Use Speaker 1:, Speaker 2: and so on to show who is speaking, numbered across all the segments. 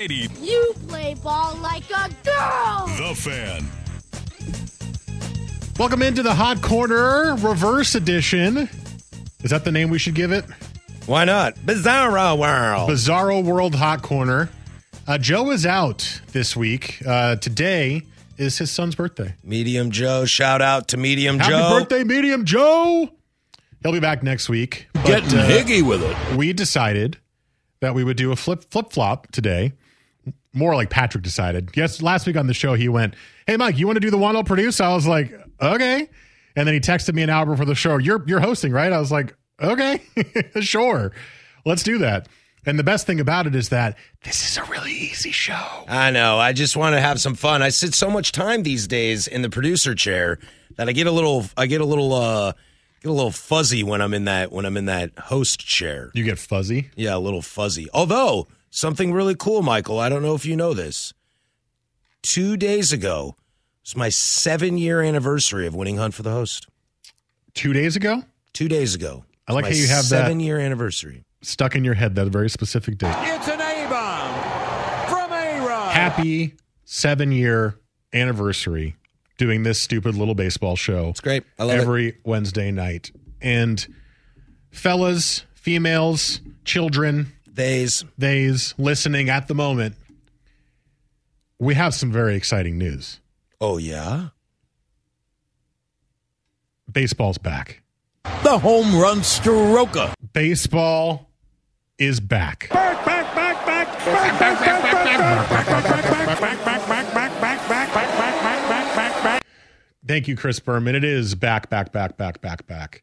Speaker 1: Brady,
Speaker 2: You play ball like a girl!
Speaker 1: the fan.
Speaker 3: Welcome into the Hot Corner Reverse Edition. Is that the name we should give it?
Speaker 4: Why not? Bizarro World.
Speaker 3: Bizarro World Hot Corner. Uh, Joe is out this week. Uh, today is his son's birthday.
Speaker 4: Medium Joe. Shout out to Medium
Speaker 3: Happy
Speaker 4: Joe.
Speaker 3: birthday, Medium Joe! He'll be back next week. But,
Speaker 1: Getting
Speaker 3: uh,
Speaker 1: higgy with it.
Speaker 3: we decided that we would do a flip flip flop today. More like Patrick decided. Yes, last week on the show he went, "Hey Mike, you want to do the one I'll produce?" I was like, "Okay." And then he texted me an hour before the show. You're you're hosting, right? I was like, "Okay, sure, let's do that." And the best thing about it is that this is a really easy show.
Speaker 4: I know. I just want to have some fun. I sit so much time these days in the producer chair that I get a little I get a little uh get a little fuzzy when I'm in that when I'm in that host chair.
Speaker 3: You get fuzzy.
Speaker 4: Yeah, a little fuzzy. Although, something really cool, Michael. I don't know if you know this. 2 days ago was my 7-year anniversary of winning Hunt for the Host.
Speaker 3: Two days ago,
Speaker 4: 2 days ago.
Speaker 3: I like
Speaker 4: My
Speaker 3: how you have that-
Speaker 4: 7-year anniversary.
Speaker 3: stuck in your head that very specific date.
Speaker 5: It's an A bomb from A Rod.
Speaker 3: Happy seven year anniversary doing this stupid little baseball show.
Speaker 4: It's great. I love it.
Speaker 3: every Wednesday night. And fellas, females, children,
Speaker 4: Days.
Speaker 3: theys listening at the moment, we have some very exciting news.
Speaker 4: Oh yeah.
Speaker 3: Baseball's back.
Speaker 1: The home run stroker.
Speaker 3: Baseball is back.
Speaker 5: Back, back, back, back, back, back, back, back, back, back, back, back, back, back, back, back, back, back, back, back, back, back, back.
Speaker 3: Thank you, Chris Berman. It is back, back, back, back, back, back.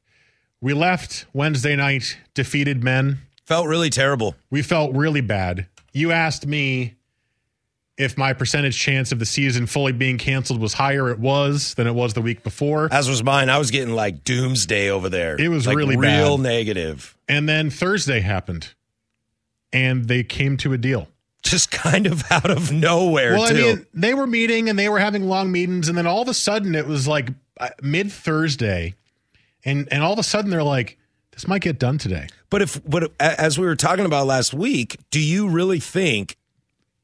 Speaker 3: We left Wednesday night defeated men.
Speaker 4: Felt really terrible.
Speaker 3: We felt really bad. You asked me if my percentage chance of the season fully being canceled was higher. It was than it was the week before.
Speaker 4: As was mine. I was getting like doomsday over there.
Speaker 3: It was
Speaker 4: Like,
Speaker 3: really
Speaker 4: real
Speaker 3: bad.
Speaker 4: negative.
Speaker 3: And then Thursday happened, and they came to a deal.
Speaker 4: Just kind of out of nowhere
Speaker 3: well,
Speaker 4: too.
Speaker 3: I mean, they were meeting and they were having long meetings, and then all of a sudden it was like mid Thursday, and and all of a sudden they're like, "This might get done today."
Speaker 4: but if but a- as we were talking about last week, do you really think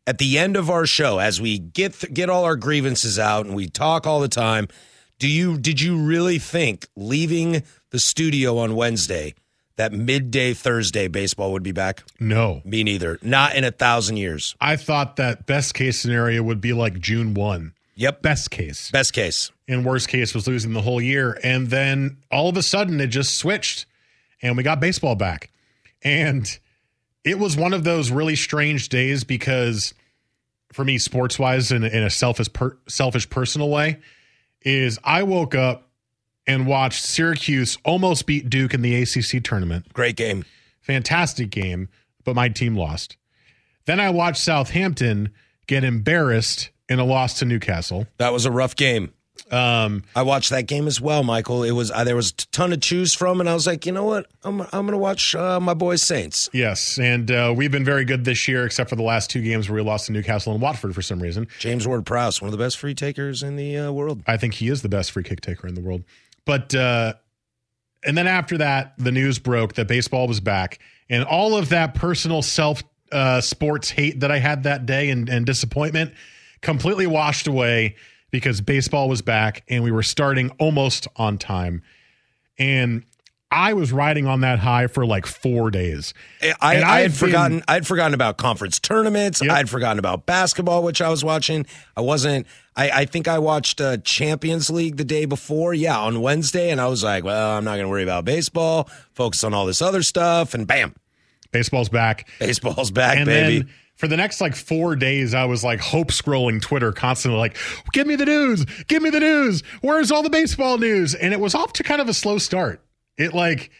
Speaker 4: at the end of our show as we get th- get all our grievances out and we talk all the time, do you did you really think leaving the studio on Wednesday that midday Thursday baseball would be back?
Speaker 3: No,
Speaker 4: Me neither. Not in a thousand years.
Speaker 3: I thought that best case scenario would be like June one.
Speaker 4: Yep.
Speaker 3: Best case.
Speaker 4: Best case.
Speaker 3: and worst case was losing the whole year. And then all of a sudden it just switched and we got baseball back. And it was one of those really strange days because for me, sports wise, in, in a selfish, per, selfish personal way, is I woke up and watched Syracuse almost beat Duke in the ACC tournament
Speaker 4: Great game.
Speaker 3: fantastic game, but my team lost. Then I watched Southampton get embarrassed in a loss to Newcastle.
Speaker 4: That was a rough game.
Speaker 3: Um,
Speaker 4: I watched that game as well, Michael. It was uh, there was a ton to choose from, and I was like, you know what, I'm I'm gonna watch uh, my boys Saints.
Speaker 3: yes, and uh, we've been very good this year, except for the last two games where we lost to Newcastle and Watford for some reason.
Speaker 4: James Ward Prowse, one of the best free takers in the uh, world.
Speaker 3: I think he is the best free kick taker in the world. But uh, and then after that, the news broke that baseball was back, and all of that personal self uh, sports hate that I had that day and, and disappointment completely washed away because baseball was back and we were starting almost on time. And I was riding on that high for like four days.
Speaker 4: I, Eh, I,
Speaker 3: And
Speaker 4: I had
Speaker 3: I've
Speaker 4: forgotten.
Speaker 3: been-
Speaker 4: I'd forgotten about conference tournaments.
Speaker 3: Yep.
Speaker 4: I'd forgotten about basketball, which I was watching. I wasn't. I, I think I watched uh, Champions League the day before. Yeah, on Wednesday, and I was like, "Well, I'm not going to worry about baseball. Focus on all this other stuff." And bam,
Speaker 3: Baseball's back.
Speaker 4: baseball's back,
Speaker 3: and
Speaker 4: baby.
Speaker 3: then for the next like four days, I was like hope scrolling Twitter constantly, like, give me the news, give me the news. Where's all the baseball news? And it was off to kind of a slow start. It like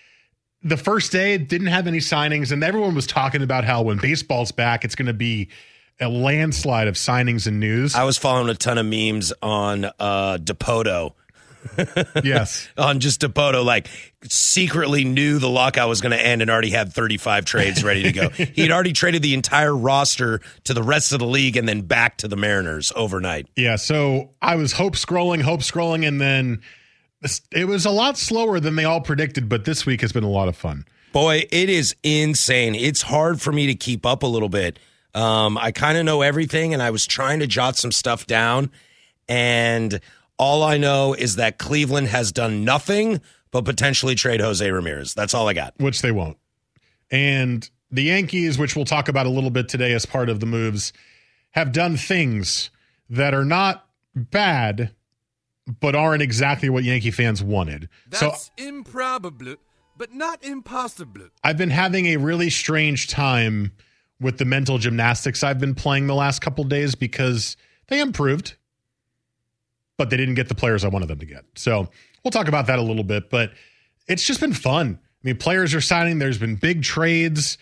Speaker 3: the first day it didn't have any signings, and everyone was talking about how when baseball's back, it's going to be a landslide of signings and news.
Speaker 4: I was following a ton of memes on uh, Depoto.
Speaker 3: yes.
Speaker 4: On just Depoto, like secretly knew the lockout was going to end and already had 35 trades ready to go. He'd already traded the entire roster to the rest of the league and then back to the Mariners overnight.
Speaker 3: Yeah, so I was hope scrolling, hope scrolling, and then this- it was a lot slower than they all predicted. But this week has been a lot of fun.
Speaker 4: Boy, it is insane. It's hard for me to keep up a little bit. Um, I kind of know everything, and I was trying to jot some stuff down. And all I know is that Cleveland has done nothing but potentially trade Jose Ramirez. That's all I got.
Speaker 3: which they won't. And the Yankees, which we'll talk about a little bit today as part of the moves, have done things that are not bad, but aren't exactly what Yankee fans wanted. so
Speaker 6: That's improbable, but not impossible.
Speaker 3: I've been having a really strange time with the mental gymnastics I've been playing the last couple days because they improved, but they didn't get the players I wanted them to get. So we'll talk about that a little bit, but it's just been fun. I mean, players are signing, there's been big trades.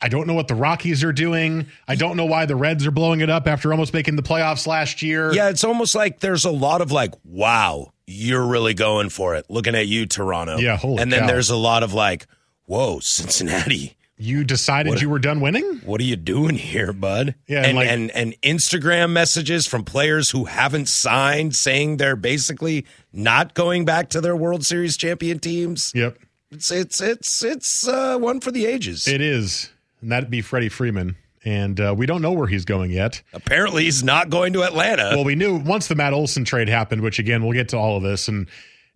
Speaker 3: I don't know what the Rockies are doing. I don't know why the Reds are blowing it up after almost making the playoffs last year.
Speaker 4: Yeah, it's almost like there's a lot of like, wow, you're really going for it. Looking at you, Toronto.
Speaker 3: Yeah, holy
Speaker 4: And then
Speaker 3: cow.
Speaker 4: there's a lot of like, whoa, Cincinnati.
Speaker 3: You decided
Speaker 4: What-
Speaker 3: you were done winning?
Speaker 4: What are you doing here, bud?
Speaker 3: Yeah,
Speaker 4: and
Speaker 3: and, like-
Speaker 4: and, and Instagram messages from players who haven't signed saying they're basically not going back to their World Series champion teams.
Speaker 3: Yep.
Speaker 4: It's it's it's it's uh, one for the ages.
Speaker 3: It is. And that'd be Freddie Freeman. And uh, we don't know where he's going yet.
Speaker 4: Apparently, he's not going to Atlanta.
Speaker 3: well, we knew once the Matt Olson trade happened, which again, we'll get to all of this. And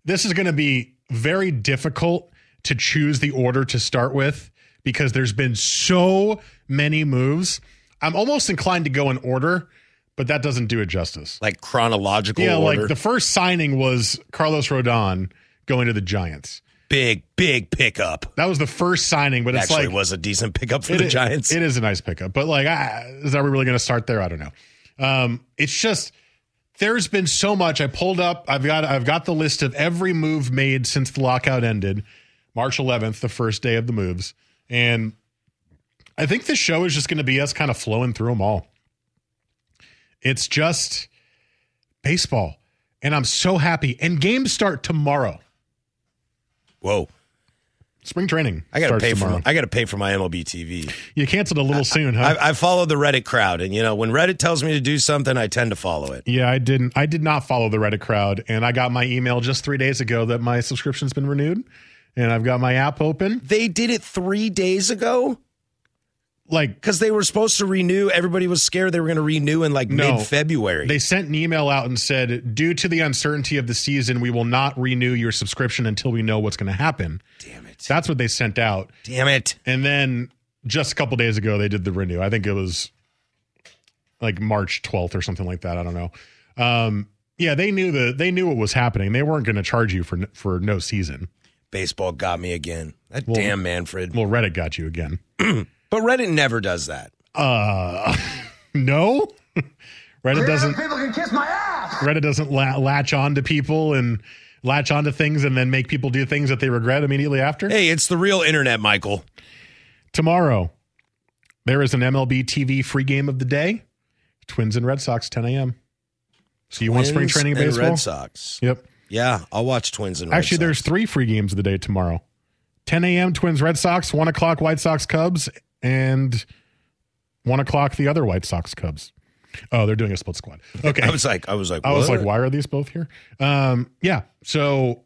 Speaker 3: this is going to be very difficult to choose the order to start with because there's been so many moves. I'm almost inclined to go in order, but that doesn't do it justice.
Speaker 4: like chronological
Speaker 3: yeah,
Speaker 4: order.
Speaker 3: like the first signing was Carlos Rodon going to the Giants.
Speaker 4: big big pickup.
Speaker 3: That was the first signing, but it's
Speaker 4: Actually,
Speaker 3: like
Speaker 4: was a decent pickup for
Speaker 3: It
Speaker 4: the
Speaker 3: i-
Speaker 4: Giants.
Speaker 3: It is a nice pickup, but like, ah, is that we really going to start there? I don't know. Um, it's just there's been so much. I pulled up. I've got I've got the list of every move made since the lockout ended, March 11th, the first day of the moves, and I think this show is just going to be us kind of flowing through them all. It's just baseball, and I'm so happy. And games start tomorrow.
Speaker 4: Whoa,
Speaker 3: Spring training.
Speaker 4: I gotta
Speaker 3: starts
Speaker 4: pay
Speaker 3: tomorrow.
Speaker 4: for I gotta pay for my MLB TV.
Speaker 3: you canceled a little soon, huh?
Speaker 4: I, I follow the Reddit crowd, and you know when Reddit tells me to do something, I tend to follow it.
Speaker 3: Yeah, I didn't. I did not follow the Reddit crowd, and I got my email just three days ago that my subscription's been renewed, and I've got my app open.
Speaker 4: They did it three days ago.
Speaker 3: Like
Speaker 4: because they were supposed to renew. Everybody was scared they were going to renew in like
Speaker 3: No.
Speaker 4: mid February.
Speaker 3: they sent an email out and said, due to the uncertainty of the season, we will not renew your subscription until we know what's going to happen.
Speaker 4: Damn it!
Speaker 3: That's what they sent out,
Speaker 4: Damn it!
Speaker 3: and then just a couple days ago they did the renew. I think it was like March 12th or something like that. I don't know. Um, yeah, they knew the they knew what was happening. They weren't going to charge you for n- for no season.
Speaker 4: Baseball got me again. That
Speaker 3: Well-
Speaker 4: damn Manfred.
Speaker 3: Well, Reddit got you again.
Speaker 4: but Reddit never does that.
Speaker 3: Uh, no. Reddit doesn't.
Speaker 7: people can kiss my ass.
Speaker 3: Reddit doesn't la- latch on to people and latch on to things and then make people do things that they regret immediately after.
Speaker 4: Hey, it's the real internet, Michael.
Speaker 3: Tomorrow, there is an MLB TV free game of the day. Twins and Red Sox, 10 a.m. So you want spring
Speaker 4: Twins
Speaker 3: training
Speaker 4: and
Speaker 3: baseball?
Speaker 4: Red Sox.
Speaker 3: Yep.
Speaker 4: Yeah, I'll watch Twins and Red
Speaker 3: Actually, there's
Speaker 4: Sox.
Speaker 3: three free games of the day tomorrow. 10 a.m. Twins, Red Sox, one o'clock White Sox, Cubs, and one o'clock the other White Sox, Cubs. Oh, they're doing a split squad. Okay,
Speaker 4: I was like, I was like,
Speaker 3: I was
Speaker 4: what?
Speaker 3: like, why are these both here? Um, yeah. So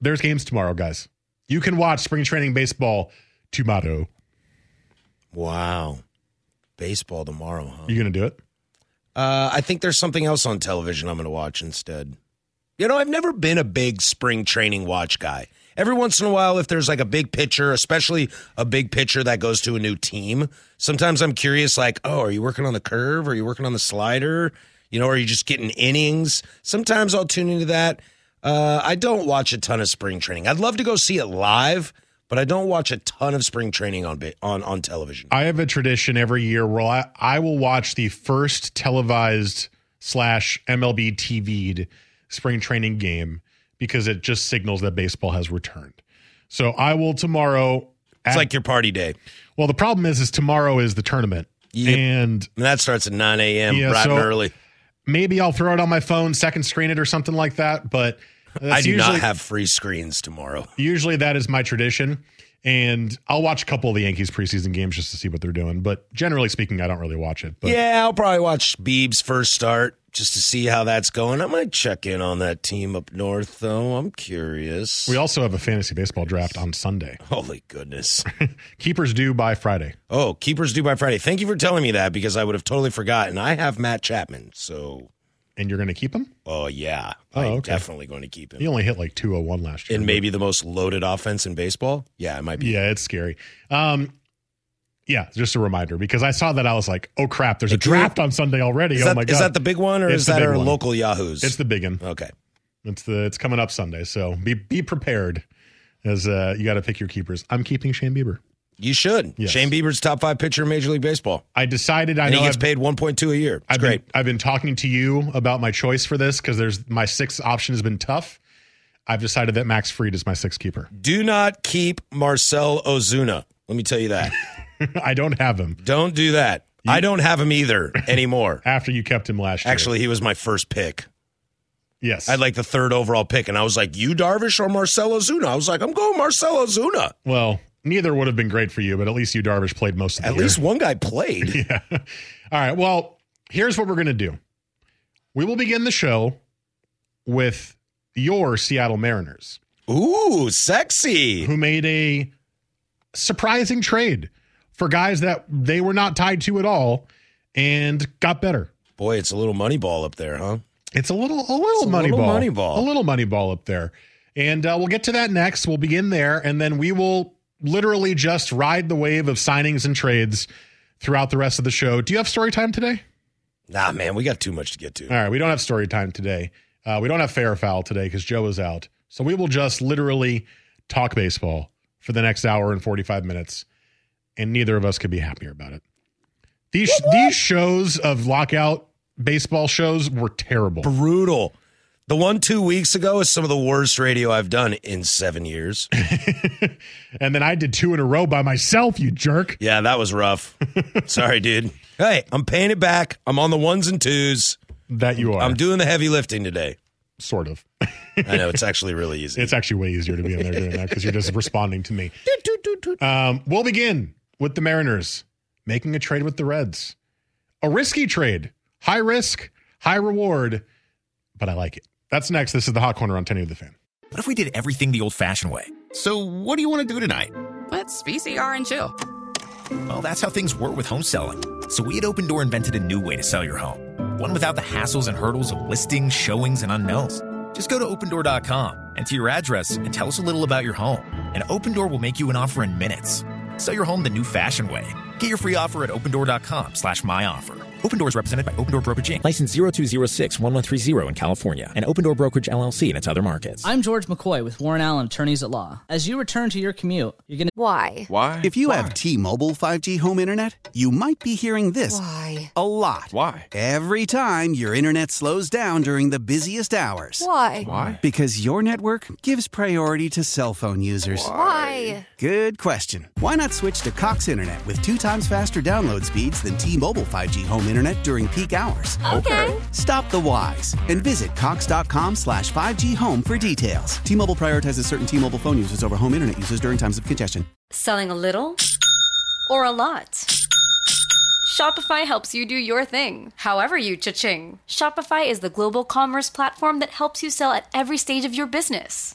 Speaker 3: there's games tomorrow, guys. You can watch spring training baseball tomorrow.
Speaker 4: wow, baseball tomorrow, huh?
Speaker 3: You gonna do it?
Speaker 4: Uh, I think there's something else on television I'm going to watch instead. You know, I've never been a big spring training watch guy. every once in a while, if there's like a big pitcher, especially a big pitcher that goes to a new team, sometimes I'm curious, like, oh, are you working on the curve? Are you working on the slider? You know, are you just getting innings? Sometimes I'll tune into that. Uh, I don't watch a ton of spring training. I'd love to go see it live, but I don't watch a ton of spring training on ba- on on television.
Speaker 3: I have a tradition every year where I, I will watch the first televised slash MLB TV'd spring training game because it just signals that baseball has returned. So I will tomorrow.
Speaker 4: It's
Speaker 3: at-
Speaker 4: like your party day,
Speaker 3: well, the problem is, is tomorrow is the tournament,
Speaker 4: Yep.
Speaker 3: and
Speaker 4: and that starts at nine a.m.
Speaker 3: Yeah,
Speaker 4: bright and
Speaker 3: so-
Speaker 4: early.
Speaker 3: maybe I'll throw it on my phone, second screen it or something like that. But
Speaker 4: I
Speaker 3: that's
Speaker 4: do
Speaker 3: usually,
Speaker 4: not have free screens tomorrow.
Speaker 3: Usually that is my tradition. And I'll watch a couple of the Yankees preseason games just to see what they're doing. But generally speaking, I don't really watch it. But
Speaker 4: Yeah, I'll probably watch Beeb's first start just to see how that's going. I might check in on that team up north, though. I'm curious.
Speaker 3: we also have a fantasy baseball draft on Sunday.
Speaker 4: Holy goodness.
Speaker 3: Keepers due by Friday.
Speaker 4: Oh, keepers due by Friday. Thank you for telling me that because I would have totally forgotten. I have Matt Chapman, so
Speaker 3: And you're going to keep them?
Speaker 4: oh yeah,
Speaker 3: Oh,
Speaker 4: I'm
Speaker 3: okay.
Speaker 4: definitely going to keep
Speaker 3: He
Speaker 4: him.
Speaker 3: only hit like 201 last year.
Speaker 4: And maybe the most loaded offense in baseball. Yeah, it might be.
Speaker 3: Yeah, it's scary. Um, yeah, just a reminder because I saw that I was like, oh crap, there's a
Speaker 4: It's really-
Speaker 3: draft on Sunday already.
Speaker 4: Is,
Speaker 3: oh
Speaker 4: that,
Speaker 3: my god,
Speaker 4: is that the big one or
Speaker 3: It's
Speaker 4: is
Speaker 3: the
Speaker 4: that
Speaker 3: big
Speaker 4: our
Speaker 3: one.
Speaker 4: local Yahoos?
Speaker 3: It's the big one.
Speaker 4: okay.
Speaker 3: It's the it's coming up Sunday, so be be prepared as uh, you got to pick your keepers. I'm keeping Shane Bieber.
Speaker 4: You should.
Speaker 3: Yes.
Speaker 4: Shane Bieber's top five pitcher in Major League Baseball.
Speaker 3: I decided I
Speaker 4: And
Speaker 3: know
Speaker 4: he gets
Speaker 3: I've-
Speaker 4: paid 1.2 a year. It's
Speaker 3: I've
Speaker 4: great.
Speaker 3: Been, I've been talking to you about my choice for this because there's my sixth option has been tough. I've decided that Max Freed is my sixth keeper.
Speaker 4: Do not keep Marcel Ozuna. Let me tell you that.
Speaker 3: I don't have him
Speaker 4: don't do that. I don't have him either anymore.
Speaker 3: after you kept him last year.
Speaker 4: Actually, he was my first pick.
Speaker 3: yes,
Speaker 4: I had like the third overall pick, and I was like, you Darvish or Marcel Ozuna? I was like, I'm going Marcel Ozuna.
Speaker 3: Well, neither would have been great for you, but at least you Darvish played most of the
Speaker 4: At
Speaker 3: year.
Speaker 4: least one guy played.
Speaker 3: yeah. All right. Well, here's what we're going to do. We will begin the show with your Seattle Mariners,
Speaker 4: Ooh, sexy.
Speaker 3: who made a surprising trade for guys that they were not tied to at all and got better.
Speaker 4: Boy, it's a little money ball up there, huh?
Speaker 3: It's a little, a little
Speaker 4: a
Speaker 3: money
Speaker 4: little
Speaker 3: ball,
Speaker 4: money ball.
Speaker 3: a little money ball up there, and uh, we'll get to that next. We'll begin there, and then we will literally just ride the wave of signings and trades throughout the rest of the show. Do you have story time today?
Speaker 4: Nah, man, we got too much to get to.
Speaker 3: All right, we don't have story time today. Uh, we don't have fair or foul today because Joe is out. So we will just literally talk baseball for the next hour and 45 minutes, and neither of us could be happier about it. These these shows of lockout baseball shows were terrible.
Speaker 4: Brutal. The one two weeks ago is some of the worst radio I've done in seven years.
Speaker 3: and then I did two in a row by myself, you jerk.
Speaker 4: Yeah, that was rough. Sorry, dude. Hey, I'm paying it back. I'm on the ones and twos.
Speaker 3: That you are.
Speaker 4: I'm doing the heavy lifting today.
Speaker 3: sort of.
Speaker 4: I know it's actually really easy.
Speaker 3: It's actually way easier to be in there doing that because you're just responding to me. Um, we'll begin with the Mariners making a trade with the Reds. A risky trade, high risk, high reward, but I like it. That's next. This is the Hot Corner on 10 of the Fan.
Speaker 7: What if we did everything the old fashioned way?
Speaker 8: So, what do you want to do tonight?
Speaker 7: Let's VCR and chill. Well, that's how things were with home selling. So we at Open Door invented a new way to sell your home, one without the hassles and hurdles of listings, showings, and unknowns. Just go to opendoor.com, enter your address, and tell us a little about your home. And Open Door will make you an offer in minutes. Sell your home the new fashioned way. Get your free offer at opendoor.com slash my offer. Open Door is represented by Open Door Brokerage Inc. License 0206-1130 in California and Open Door Brokerage LLC in its other markets.
Speaker 9: I'm George McCoy with Warren Allen Attorneys at Law. As you return to your commute, you're going to
Speaker 2: Why?
Speaker 8: Why?
Speaker 10: If you have T Mobile 5G home internet, you might be hearing this
Speaker 2: Why?
Speaker 10: a lot.
Speaker 8: Why?
Speaker 10: Every time your internet slows down during the busiest hours.
Speaker 2: Why?
Speaker 8: Why?
Speaker 10: Because your network gives priority to cell phone users.
Speaker 2: Why?
Speaker 10: Good question. Why not switch to Cox Internet with two times faster download speeds than T Mobile 5G home internet during peak hours?
Speaker 2: Okay.
Speaker 10: Stop the whys and visit Cox.com slash 5G home for details. T Mobile prioritizes certain T Mobile phone users over home internet users during times of congestion.
Speaker 9: Selling a little or a lot? Shopify helps you do your thing, however you cha-ching. Shopify is the global commerce platform that helps you sell at every stage of your business.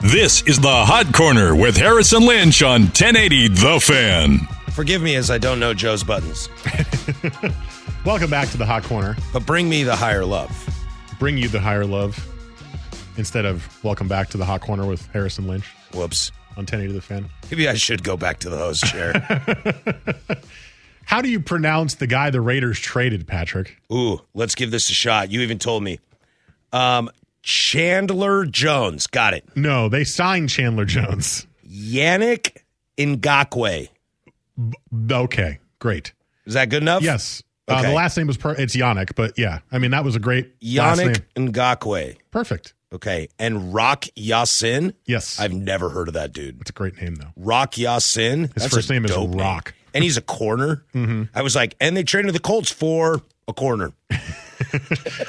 Speaker 1: This is the Hot Corner with Harrison Lynch on 1080 The Fan.
Speaker 4: Forgive me as I don't know Joe's buttons.
Speaker 3: Welcome back to the Hot Corner.
Speaker 4: But bring me the higher love.
Speaker 3: Bring you the higher love instead of welcome back to the Hot Corner with Harrison Lynch.
Speaker 4: Whoops.
Speaker 3: On 1080 The Fan.
Speaker 4: Maybe I should go back to the host chair.
Speaker 3: How do you pronounce the guy the Raiders traded, Patrick?
Speaker 4: Ooh, let's give this a shot. You even told me. Um, Chandler Jones. Got it.
Speaker 3: No, they signed Chandler Jones.
Speaker 4: Yannick Ngakwe.
Speaker 3: Okay, great.
Speaker 4: Is that good enough?
Speaker 3: Yes. Uh,
Speaker 4: Okay.
Speaker 3: the last name was per- it's Yannick, but yeah, I mean that was a great last
Speaker 4: Yannick
Speaker 3: name.
Speaker 4: Ngakwe.
Speaker 3: Perfect.
Speaker 4: Okay. And Rock Yasin.
Speaker 3: Yes,
Speaker 4: I've never heard of that dude.
Speaker 3: it's a great name though.
Speaker 4: Rock Yasin.
Speaker 3: His
Speaker 4: That's
Speaker 3: first
Speaker 4: a
Speaker 3: name is
Speaker 4: dope
Speaker 3: Rock.
Speaker 4: And he's a corner.
Speaker 3: Mhm.
Speaker 4: I was like, and they traded the Colts for a corner.
Speaker 3: Well,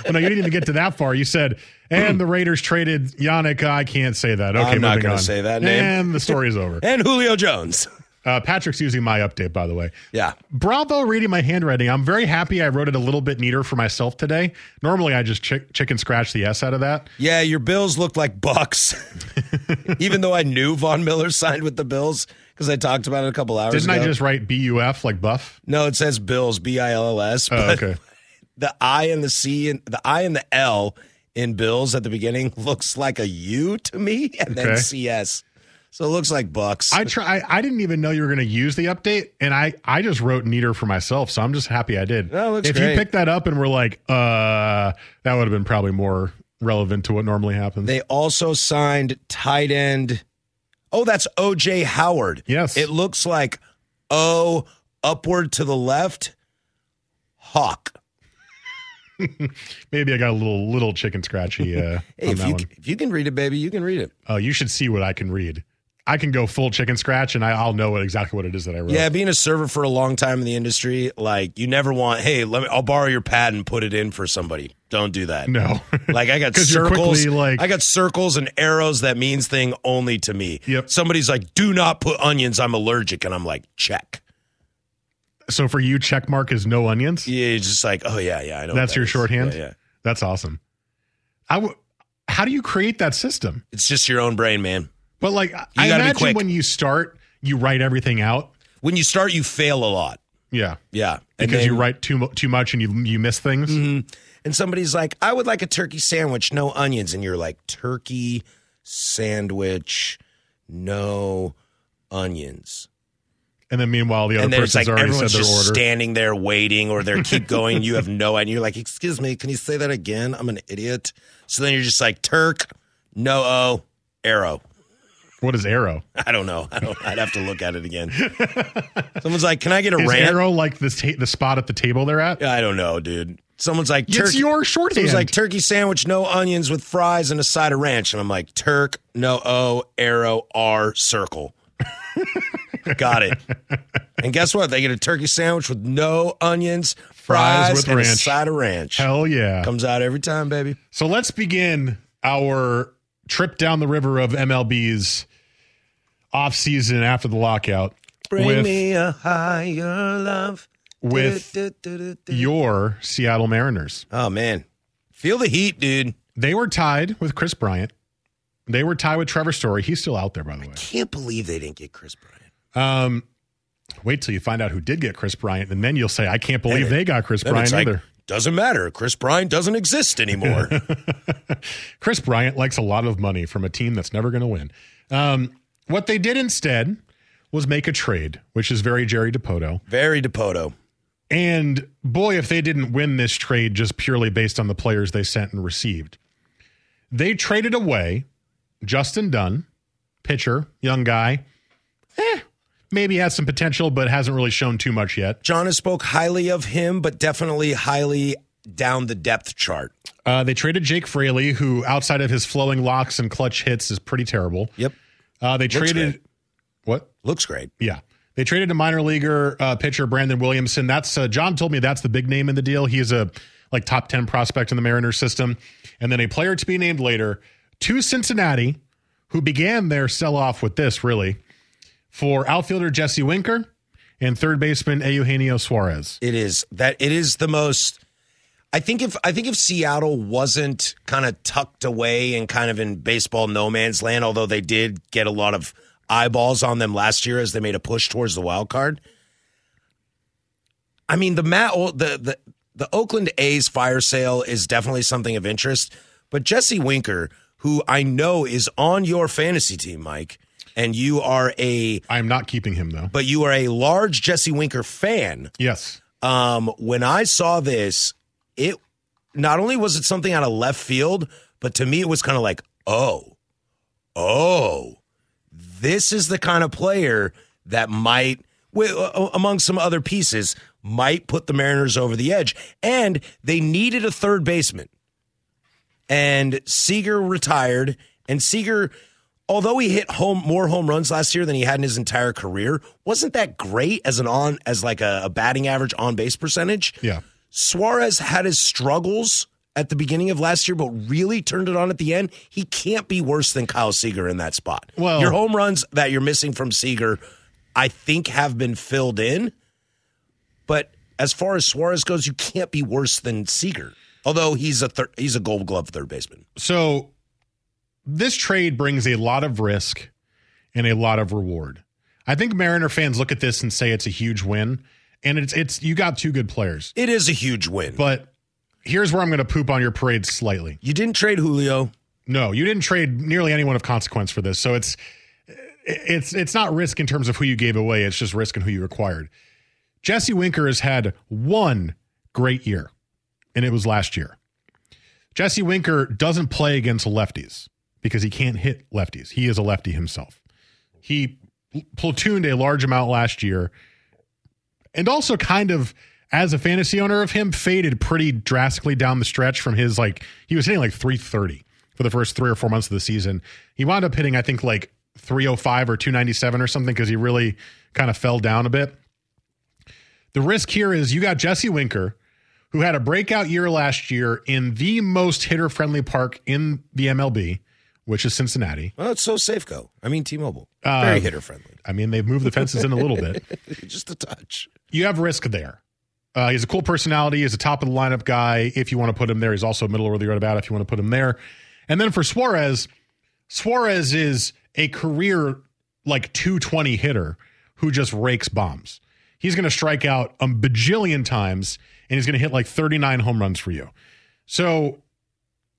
Speaker 3: Oh, no, you didn't even get to that far. You said, and the Raiders traded Yannick. I can't say that. Okay,
Speaker 4: I'm not
Speaker 3: moving
Speaker 4: gonna
Speaker 3: on.
Speaker 4: say that name.
Speaker 3: And the story's over.
Speaker 4: And Julio Jones.
Speaker 3: Uh, Patrick's using my update, by the way.
Speaker 4: Yeah.
Speaker 3: Bravo reading my handwriting. I'm very happy I wrote it a little bit neater for myself today. Normally, I just chick- chicken scratch the S out of that.
Speaker 4: Yeah, your Bills looked like bucks. Even though I knew Von Miller signed with the Bills because I talked about it a couple hours
Speaker 3: Didn't
Speaker 4: ago.
Speaker 3: I just write B U F like buff?
Speaker 4: No, it says Bills, B I L L S.
Speaker 3: Oh,
Speaker 4: but
Speaker 3: okay.
Speaker 4: The I and the C and the I and the L in Bills at the beginning looks like a U to me, and then
Speaker 3: Okay.
Speaker 4: CS. So it looks like bucks.
Speaker 3: I try. I, I didn't even know you were going to use the update, and I I just wrote neater for myself, so I'm just happy I did.
Speaker 4: No, it looks
Speaker 3: if
Speaker 4: great.
Speaker 3: you picked that up and were like, uh, that would have been probably more relevant to what normally happens.
Speaker 4: They also signed tight end. Oh, that's OJ Howard.
Speaker 3: Yes.
Speaker 4: It looks like O upward to the left, Hawk.
Speaker 3: Maybe I got a little little chicken scratchy uh,
Speaker 4: Hey,
Speaker 3: on
Speaker 4: if
Speaker 3: that
Speaker 4: you
Speaker 3: one.
Speaker 4: if you can read it, baby, you can read it.
Speaker 3: Uh, you should see what I can read. I can go full chicken scratch, and I, I'll know what, exactly what it is that I wrote.
Speaker 4: Yeah, being a server for a long time in the industry, like you never want. Hey, let me. I'll borrow your pad and put it in for somebody. Don't do that.
Speaker 3: No.
Speaker 4: Like I got
Speaker 3: 'Cause you're
Speaker 4: circles.
Speaker 3: quickly, like-
Speaker 4: I got circles and arrows. That means thing only to me.
Speaker 3: Yep.
Speaker 4: Somebody's like, "Do not put onions. I'm allergic," and I'm like, "Check."
Speaker 3: so for you, check mark is no onions.
Speaker 4: Yeah, it's just like, "Oh yeah, yeah, I know." what
Speaker 3: That's
Speaker 4: that
Speaker 3: your
Speaker 4: is."
Speaker 3: shorthand?
Speaker 4: Yeah, yeah.
Speaker 3: That's awesome. I w- how do you create that system?
Speaker 4: It's just your own brain, man.
Speaker 3: But like, I
Speaker 4: gotta be
Speaker 3: imagine
Speaker 4: quick.
Speaker 3: when you start, you write everything out.
Speaker 4: When you start, you fail a lot.
Speaker 3: Yeah,
Speaker 4: Yeah, And
Speaker 3: because you
Speaker 4: then-
Speaker 3: write too mu- too much and you you miss things. Mm-hmm.
Speaker 4: and somebody's like, I would like a turkey sandwich, no onions. And you're like, turkey sandwich, no onions.
Speaker 3: And then meanwhile, the other
Speaker 4: and then
Speaker 3: person's
Speaker 4: it's like
Speaker 3: already
Speaker 4: everyone's
Speaker 3: said their
Speaker 4: just
Speaker 3: order.
Speaker 4: standing there waiting or they're keep going. you have no idea. You're like, excuse me, can you say that again? I'm an idiot. So then you're just like, Turk, no O, arrow.
Speaker 3: What is arrow?
Speaker 4: I don't know. I don't, I'd have to look at it again. Someone's like, "Can I get a
Speaker 3: Is
Speaker 4: rant?"
Speaker 3: arrow like the ta- the spot at the table they're at?
Speaker 4: I don't know, dude. Someone's like,
Speaker 3: It's your shorthand.
Speaker 4: Someone's like turkey sandwich, no onions with fries and a side of ranch, and I'm like Turk, no O, arrow R, circle. Got it. And guess what? They get a turkey sandwich with no onions, fries,
Speaker 3: Fries with
Speaker 4: and a
Speaker 3: ranch.
Speaker 4: side of ranch.
Speaker 3: Hell yeah.
Speaker 4: Comes out every time, baby.
Speaker 3: So let's begin our trip down the river of MLB's off season after the lockout
Speaker 4: Bring
Speaker 3: with
Speaker 4: me a higher love.
Speaker 3: With
Speaker 4: Du- du- du- du- du.
Speaker 3: your Seattle Mariners.
Speaker 4: oh man, feel the heat, dude.
Speaker 3: They were tied with Chris Bryant. They were tied with Trevor Story. He's still out there, by the way.
Speaker 4: Can't believe they didn't get Chris Bryant.
Speaker 3: Um, wait till you find out who did get Chris Bryant, and then you'll say, "I can't believe
Speaker 4: And
Speaker 3: they got Chris
Speaker 4: then
Speaker 3: Bryant
Speaker 4: it's like,
Speaker 3: either."
Speaker 4: Doesn't matter. Chris Bryant doesn't exist anymore.
Speaker 3: Chris Bryant likes a lot of money from a team that's never going to win. Um, what they did instead was make a trade, which is very Jerry Depoto.
Speaker 4: Very Depoto.
Speaker 3: And boy, if they didn't win this trade just purely based on the players they sent and received, they traded away Justin Dunn, pitcher, young guy. Eh, maybe has some potential, but hasn't really shown too much yet.
Speaker 4: John has spoke highly of him, but definitely highly down the depth chart.
Speaker 3: Uh, they traded Jake Fraley, who outside of his flowing locks and clutch hits is pretty terrible.
Speaker 4: Yep.
Speaker 3: Uh, they
Speaker 4: Looks
Speaker 3: traded
Speaker 4: great.
Speaker 3: what?
Speaker 4: Looks great.
Speaker 3: Yeah. They traded a minor leaguer uh, pitcher, Brandon Williamson. That's uh, John told me that's the big name in the deal. He is a like top ten prospect in the Mariners system, and then a player to be named later to Cincinnati, who began their sell off with this really for outfielder Jesse Winker and third baseman Eugenio Suarez.
Speaker 4: It is that it is the most I think if I think if Seattle wasn't kind of tucked away and kind of in baseball no man's land, although they did get a lot of eyeballs on them last year as they made a push towards the wild card. I mean the Matt the the the Oakland A's fire sale is definitely something of interest, but Jesse Winker, who I know is on your fantasy team, Mike, and you are a
Speaker 3: I am not keeping him though.
Speaker 4: but you are a large Jesse Winker fan
Speaker 3: Yes.
Speaker 4: um, when I saw this, it not only was it something out of left field, but to me it was kind of like, oh, oh, this is the kind of player that might, wi- a- among some other pieces, might put the Mariners over the edge. And they needed a third baseman. And Seager retired, and Seager. Although he hit home more home runs last year than he had in his entire career, wasn't that great as an on as like a, a batting average on base percentage?
Speaker 3: Yeah.
Speaker 4: Suarez had his struggles at the beginning of last year, but really turned it on at the end. He can't be worse than Kyle Seager in that spot.
Speaker 3: Well-
Speaker 4: your home runs that you're missing from Seager, I think, have been filled in. But as far as Suarez goes, you can't be worse than Seager. Although he's a thir- he's a Gold Glove third baseman.
Speaker 3: So this trade brings a lot of risk and a lot of reward. I think Mariner fans look at this and say it's a huge win, and it's it's you got two good players.
Speaker 4: It is a huge win.
Speaker 3: But here's where I'm going to poop on your parade slightly.
Speaker 4: you didn't trade Julio.
Speaker 3: No, you didn't trade nearly anyone of consequence for this. So it's it's it's not risk in terms of who you gave away, it's just risk in who you acquired. Jesse Winker has had one great year, and it was last year. Jesse Winker doesn't play against lefties because he can't hit lefties. He is a lefty himself. He platooned a large amount last year and also kind of as a fantasy owner of him faded pretty drastically down the stretch from his like he was hitting like 330 for the first three or four months of the season he wound up hitting i think like 305 or 297 or something because he really kind of fell down a bit the risk here is you got jesse winker who had a breakout year last year in the most hitter friendly park in the mlb which is cincinnati
Speaker 4: Well, it's so Safeco. I mean, T-Mobile. Very
Speaker 3: Um,
Speaker 4: hitter friendly.
Speaker 3: i mean they've moved the fences in a little bit
Speaker 4: Just a touch.
Speaker 3: you have risk there. Uh, he's a cool personality. He's a top of the lineup guy. If you want to put him there, he's also middle of the road about. If you want to put him there, and then for Suarez, Suarez is a career like 220 hitter who just rakes bombs. He's going to strike out a bajillion times, and he's going to hit like 39 home runs for you. So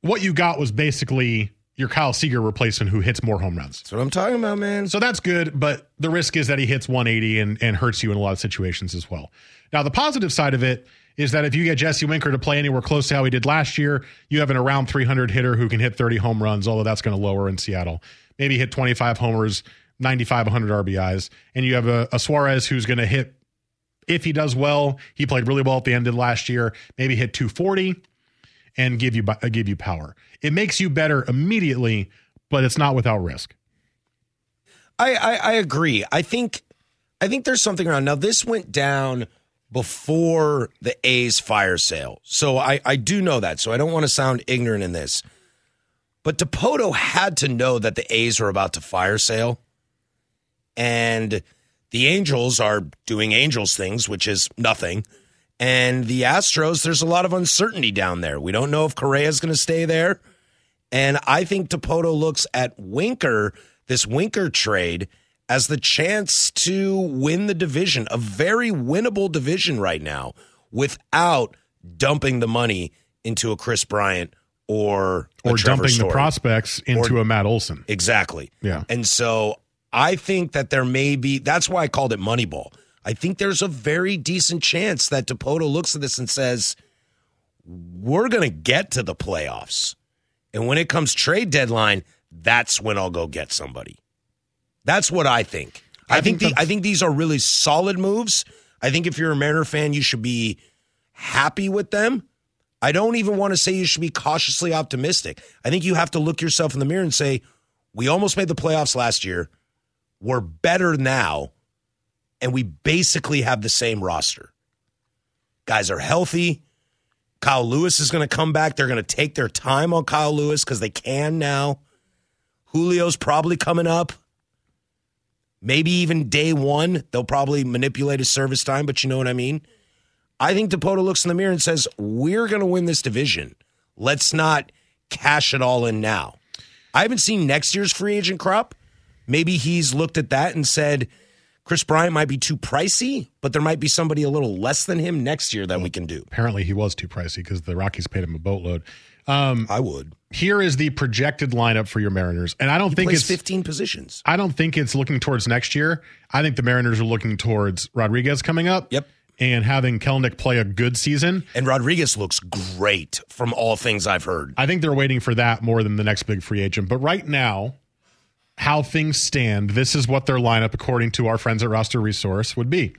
Speaker 3: what you got was basically your Kyle Seager replacement who hits more home runs.
Speaker 4: That's what I'm talking about, man.
Speaker 3: So that's good, but the risk is that he hits 180 and, and hurts you in a lot of situations as well. Now, the positive side of it is that if you get Jesse Winker to play anywhere close to how he did last year, you have an around 300 hitter who can hit 30 home runs, although that's going to lower in Seattle. Maybe hit 25 homers, 95, 100 RBIs. And you have a, a Suarez who's going to hit, if he does well, he played really well at the end of last year, maybe hit 240 and give you bu- uh, give you power. It makes you better immediately, but it's not without risk.
Speaker 4: I, I I agree. I think I think there's something around now. This went down before the A's fire sale, so I I do know that. So I don't want to sound ignorant in this, but Depoto had to know that the A's were about to fire sale, and the Angels are doing Angels things, which is nothing. And the Astros, there's a lot of uncertainty down there. We don't know if Correa's going to stay there. And I think DePoto looks at Winker, this Winker trade, as the chance to win the division, a very winnable division right now, without dumping the money into a Chris Bryant or a
Speaker 3: Or
Speaker 4: Trevor
Speaker 3: dumping the
Speaker 4: Story.
Speaker 3: prospects into a Matt Olson.
Speaker 4: Exactly.
Speaker 3: Yeah.
Speaker 4: And so I think that there may be that's why I called it Moneyball. I think there's a very decent chance that DePoto looks at this and says, We're gonna get to the playoffs. And when it comes trade deadline, that's when I'll go get somebody. That's what I think. I, think, the, I think these are really solid moves. I think if you're a Mariner fan, you should be happy with them. I don't even want to say you should be cautiously optimistic. I think you have to look yourself in the mirror and say, we almost made the playoffs last year. We're better now. And we basically have the same roster. Guys are healthy. Kyle Lewis is going to come back. They're going to take their time on Kyle Lewis because they can now. Julio's probably coming up. Maybe even day one, they'll probably manipulate his service time, but you know what I mean? I think DePoto looks in the mirror and says, We're going to win this division. Let's not cash it all in now. I haven't seen next year's free agent crop. Maybe he's looked at that and said, Chris Bryant might be too pricey, but there might be somebody a little less than him next year that we can do.
Speaker 3: Apparently, he was too pricey because the Rockies paid him a boatload. Um,
Speaker 4: I would.
Speaker 3: Here is the projected lineup for your Mariners, and I don't
Speaker 4: He
Speaker 3: think
Speaker 4: plays
Speaker 3: it's
Speaker 4: 15 positions.
Speaker 3: I don't think it's looking towards next year. I think the Mariners are looking towards Rodriguez coming up. Yep. And having Kelnick play a good season.
Speaker 4: And Rodriguez looks great from all things I've heard.
Speaker 3: I think they're waiting for that more than the next big free agent. But right now, how things stand, this is what their lineup, according to our friends at Roster Resource, would be.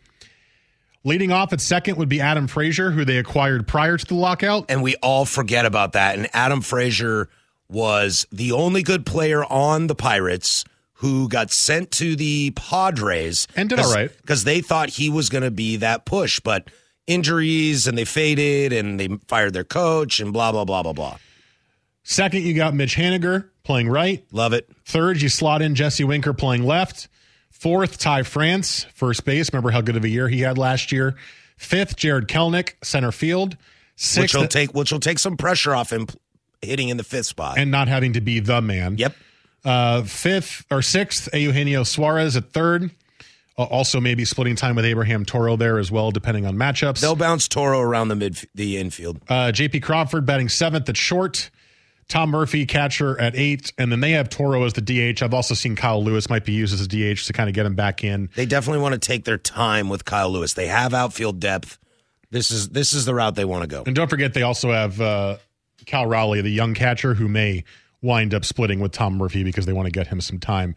Speaker 3: Leading off at second would be Adam Frazier, who they acquired prior to the lockout.
Speaker 4: And we all forget about that. And Adam Frazier was the only good player on the Pirates who got sent to the Padres
Speaker 3: And did all right.
Speaker 4: because they thought he was going to be that push, but injuries and they faded and they fired their coach and blah blah blah blah blah.
Speaker 3: Second, you got Mitch Haniger playing right.
Speaker 4: Love it.
Speaker 3: Third, you slot in Jesse Winker playing left. Fourth, Ty France, first base. Remember how good of a year he had last year. Fifth, Jared Kelnick, center field.
Speaker 4: which
Speaker 3: Sixth,
Speaker 4: will take which will take some pressure off him pl- hitting in the fifth spot.
Speaker 3: and not having to be the man.
Speaker 4: Yep.
Speaker 3: Uh, fifth or sixth, Eugenio Suarez at third. Uh, Also, maybe splitting time with Abraham Toro there as well, depending on matchups.
Speaker 4: They'll bounce Toro around the mid the infield.
Speaker 3: Uh, JP Crawford batting seventh at short. Tom Murphy, catcher at eight. And then they have Toro as the DH. I've also seen Kyle Lewis might be used as a DH to kind of get him back in.
Speaker 4: They definitely want to take their time with Kyle Lewis. They have outfield depth. This is this is the route they want to go.
Speaker 3: And don't forget, they also have uh, Cal Raleigh, the young catcher, who may wind up splitting with Tom Murphy because they want to get him some time.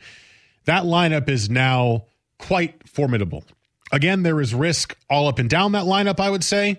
Speaker 3: That lineup is now quite formidable. Again, there is risk all up and down that lineup, I would say.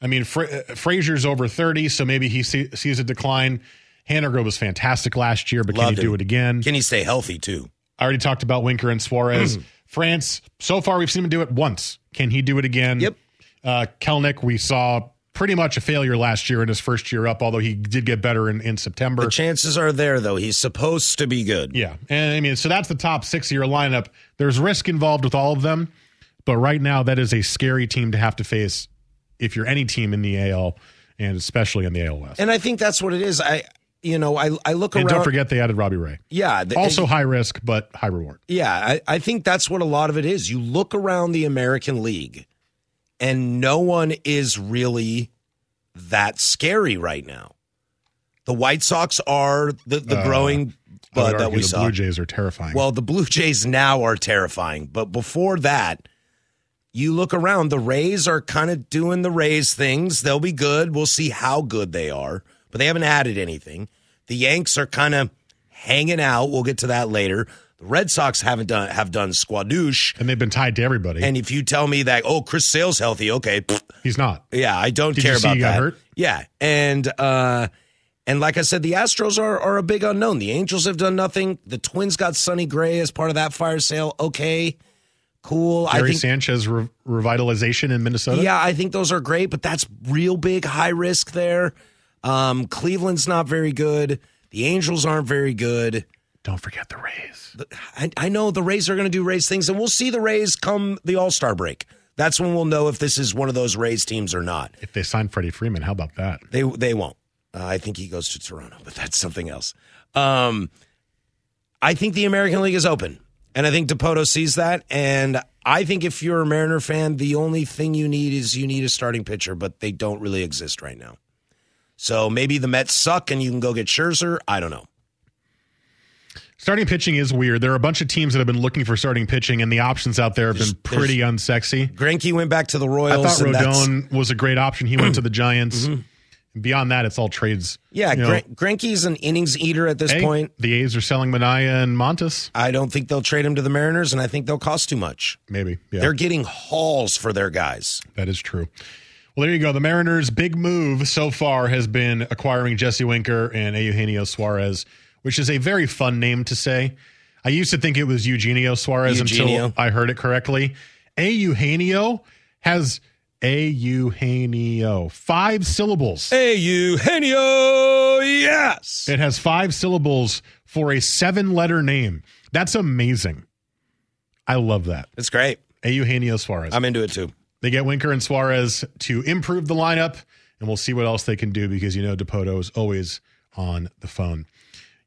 Speaker 3: I mean, Fra- uh, Frazier's over 30, so maybe he see- sees a decline. Haniger was fantastic last year, but
Speaker 4: Loved
Speaker 3: can he do
Speaker 4: him.
Speaker 3: it again?
Speaker 4: Can he stay healthy too?
Speaker 3: I already talked about Winker and Suarez.
Speaker 4: Hmm.
Speaker 3: France, so far we've seen him do it once. Can he do it again? Yep. Uh, Kelnick, we saw pretty much a failure last year in his first year up, although he did get better in, in September.
Speaker 4: The chances are there though. He's supposed to be good.
Speaker 3: yeah. And I mean, so that's the top six of your lineup. There's risk involved with all of them, but right now that is a scary team to have to face if you're any team in the AL and especially in the AL West.
Speaker 4: And I think that's what it is. I you know, I I look
Speaker 3: And
Speaker 4: around
Speaker 3: don't forget they added Robbie Ray.
Speaker 4: Yeah, the-
Speaker 3: Also high risk, but high reward.
Speaker 4: Yeah, I, I think that's what a lot of it is. You look around the American League, and no one is really that scary right now. The White Sox are the, the
Speaker 3: Uh,
Speaker 4: growing
Speaker 3: I would
Speaker 4: bud that
Speaker 3: argue
Speaker 4: we
Speaker 3: the
Speaker 4: saw.
Speaker 3: Blue Jays are terrifying.
Speaker 4: Well, the Blue Jays now are terrifying, but before that, you look around, the Rays are kind of doing the Rays things. They'll be good. We'll see how good they are, but they haven't added anything. The Yanks are kind of hanging out. We'll get to that later. The Red Sox haven't done have done squadoosh.
Speaker 3: And they've been tied to everybody.
Speaker 4: And if you tell me that, oh, Chris Sale's healthy, okay, pfft,
Speaker 3: He's not.
Speaker 4: yeah, I don't
Speaker 3: Did
Speaker 4: care
Speaker 3: you see
Speaker 4: about
Speaker 3: he got
Speaker 4: that.
Speaker 3: hurt?
Speaker 4: Yeah, and uh, and like I said, the Astros are are a big unknown. The Angels have done nothing. The Twins got Sonny Gray as part of that fire sale. Okay, cool. I
Speaker 3: Gary
Speaker 4: think
Speaker 3: Sanchez re- revitalization in Minnesota.
Speaker 4: yeah, I think those are great, but that's real big, high risk there. Um, Cleveland's not very good. The Angels aren't very good.
Speaker 3: Don't forget the Rays.
Speaker 4: The- I, I know the Rays are going to do Rays things, and we'll see the Rays come the All Star break. That's when we'll know if this is one of those Rays teams or not.
Speaker 3: If they sign Freddie Freeman, how about that?
Speaker 4: They they won't. Uh, I think he goes to Toronto, but that's something else. Um, I think the American League is open, and I think Depoto sees that. And I think if you're a Mariner fan, the only thing you need is you need a starting pitcher, but they don't really exist right now. So maybe the Mets suck, and you can go get Scherzer. I don't know.
Speaker 3: Starting pitching is weird. There are a bunch of teams that have been looking for starting pitching, and the options out there have been
Speaker 4: There's-
Speaker 3: pretty unsexy.
Speaker 4: Granke went back to the
Speaker 3: I
Speaker 4: Royals.
Speaker 3: thought
Speaker 4: and that's-
Speaker 3: Rodon was a great option. He went to the Giants. Beyond that, it's all trades.
Speaker 4: Mm-hmm. Yeah,
Speaker 3: You know,
Speaker 4: Gran- Granke's an innings eater at this
Speaker 3: hey,
Speaker 4: point.
Speaker 3: the A's are selling Mania and Montes.
Speaker 4: I don't think they'll trade him to the Mariners, and I think they'll cost too much.
Speaker 3: Maybe. Yeah,
Speaker 4: They're getting hauls for their guys.
Speaker 3: that is true. Well, there you go. The Mariners' big move so far has been acquiring Jesse Winker and Eugenio Suarez, which is a very fun name to say. I used to think it was Eugenio Suarez
Speaker 4: Eugenio.
Speaker 3: until I heard it correctly. A Eugenio has a Eugenio five syllables.
Speaker 4: Hey,
Speaker 3: E
Speaker 4: Eugenio, yes.
Speaker 3: It has five syllables for a seven letter name. That's amazing. I love that.
Speaker 4: It's great.
Speaker 3: A Eugenio Suarez.
Speaker 4: I'm into it too.
Speaker 3: they get Winker and Suarez to improve the lineup, and we'll see what else they can do because you know DePoto is always on the phone.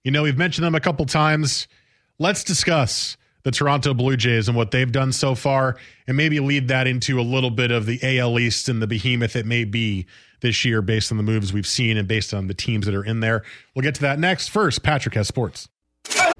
Speaker 3: You know, we've mentioned them a couple times. Let's discuss the Toronto Blue Jays and what they've done so far, and maybe lead that into a little bit of the AL East and the behemoth it may be this year based on the moves we've seen and based on the teams that are in there. We'll get to that next. First, Patrick has sports.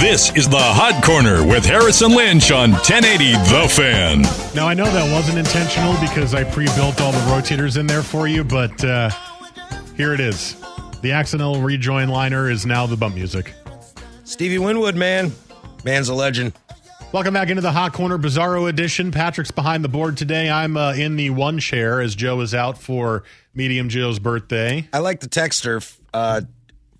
Speaker 1: This is the Hot Corner with Harrison Lynch on 1080 The Fan.
Speaker 3: Now I know that wasn't intentional because I pre-built all the rotators in there for you, but uh, here it is. The accidental rejoin liner is now the bump music.
Speaker 4: Stevie Winwood, man, man's a legend.
Speaker 3: Welcome back into the Hot Corner Bizarro Edition. Patrick's behind the board today. I'm uh, in the one chair as Joe is out for Medium Joe's birthday.
Speaker 4: I like the texter uh,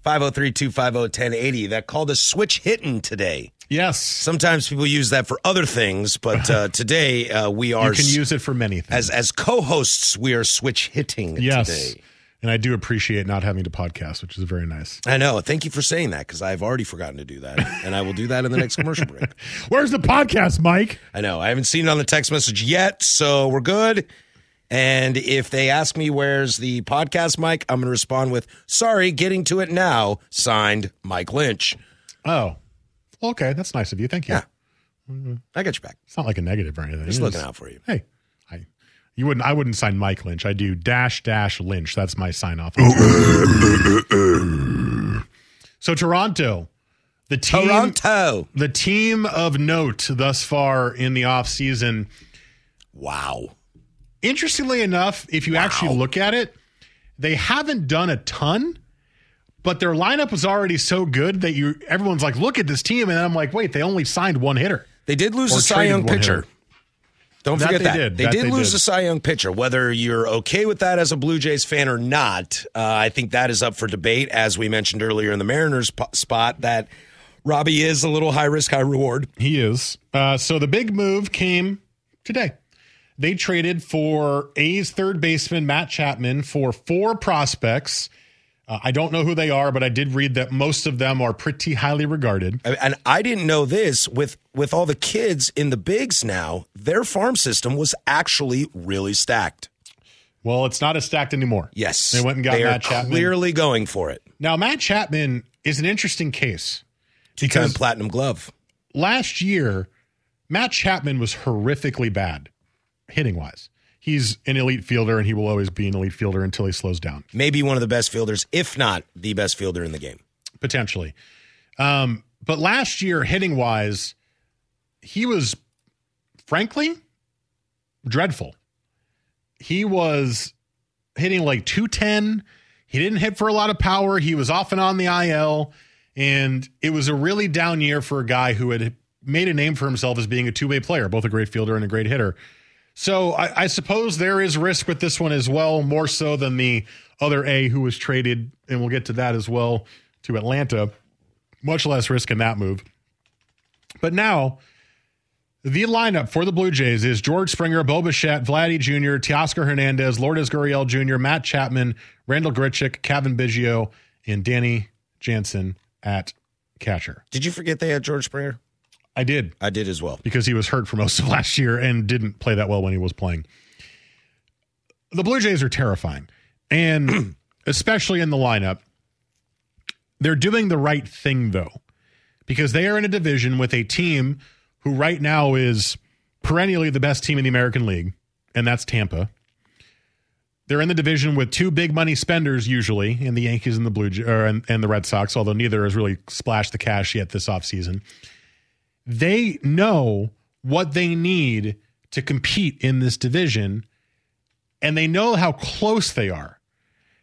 Speaker 4: 503-250-1080 oh, that called us switch hitting today.
Speaker 3: Yes.
Speaker 4: Sometimes people use that for other things, but uh, today uh, we are
Speaker 3: You can use it for many
Speaker 4: as
Speaker 3: things.
Speaker 4: as co-hosts we are switch hitting
Speaker 3: Yes.
Speaker 4: today.
Speaker 3: And I do appreciate not having to podcast, which is very nice.
Speaker 4: I know. Thank you for saying that because I've already forgotten to do that, and I will do that in the next commercial break.
Speaker 3: Where's the podcast, Mike?
Speaker 4: I know. I haven't seen it on the text message yet, so we're good. And if they ask me where's the podcast mic, I'm going to respond with, sorry, getting to it now. Signed, Mike Lynch.
Speaker 3: Oh, okay. That's nice of you. Thank you.
Speaker 4: I got your back.
Speaker 3: It's not like a negative or anything.
Speaker 4: Just
Speaker 3: It's-
Speaker 4: looking out for you.
Speaker 3: Hey, I, you wouldn't. I wouldn't sign Mike Lynch. I do dash dash Lynch. That's my sign off. so Toronto, the team,
Speaker 4: Toronto,
Speaker 3: the team of note thus far in the offseason.
Speaker 4: Wow.
Speaker 3: Interestingly enough, if you actually look at it, they haven't done a ton, but their lineup was already so good that you everyone's like, look at this team, and I'm like, wait, they only signed one hitter.
Speaker 4: They did lose
Speaker 3: Or
Speaker 4: the Cy
Speaker 3: traded
Speaker 4: Young
Speaker 3: one
Speaker 4: pitcher.
Speaker 3: hitter.
Speaker 4: Don't
Speaker 3: That
Speaker 4: forget
Speaker 3: they
Speaker 4: that.
Speaker 3: did.
Speaker 4: They
Speaker 3: That
Speaker 4: did
Speaker 3: they
Speaker 4: lose
Speaker 3: did.
Speaker 4: the Cy Young pitcher. Whether you're okay with that as a Blue Jays fan or not, uh, I think that is up for debate. As we mentioned earlier in the Mariners po- spot, that Robbie is a little high risk, high reward.
Speaker 3: He is. Uh, so the big move came today. They traded for A's third baseman Matt Chapman for four prospects. Uh, I don't know who they are, but I did read that most of them are pretty highly regarded.
Speaker 4: I- And I didn't know this with with all the kids in the bigs now. Their farm system was actually really stacked.
Speaker 3: Well, it's not as stacked anymore.
Speaker 4: Yes,
Speaker 3: They went and got
Speaker 4: they
Speaker 3: Matt
Speaker 4: are
Speaker 3: Chapman.
Speaker 4: Clearly going for it.
Speaker 3: Now, Matt Chapman is an interesting case
Speaker 4: Because
Speaker 3: because
Speaker 4: platinum glove.
Speaker 3: last year, Matt Chapman was horrifically bad hitting wise. He's an elite fielder and he will always be an elite fielder until he slows down.
Speaker 4: Maybe one of the best fielders, if not the best fielder in the game.
Speaker 3: potentially. Um, but last year, hitting wise, he was frankly dreadful. He was hitting like 210. He didn't hit for a lot of power. He was off and on the IL. And it was a really down year for a guy who had made a name for himself as being a two way player, both a great fielder and a great hitter. So I, I suppose there is risk with this one as well, more so than the other A who was traded, and we'll get to that as well to Atlanta. Much less risk in that move. But now, the lineup for the Blue Jays is George Springer, Bo Bichette, Vladdy Jr., Teoscar Hernandez, Lourdes Gurriel Jr., Matt Chapman, Randall Gritchick, Kevin Biggio, and Danny Jansen at catcher.
Speaker 4: Did you forget they had George Springer?
Speaker 3: I did.
Speaker 4: I did as well.
Speaker 3: because he was hurt for most of last year and didn't play that well when he was playing. The Blue Jays are terrifying, and especially in the lineup. They're doing the right thing, though, because they are in a division with a team who right now is perennially the best team in the American League, and that's Tampa. They're in the division with two big money spenders usually, in the Yankees and the Blue Jay- or, and, and the Red Sox, although neither has really splashed the cash yet this offseason they know what they need to compete in this division and they know how close they are.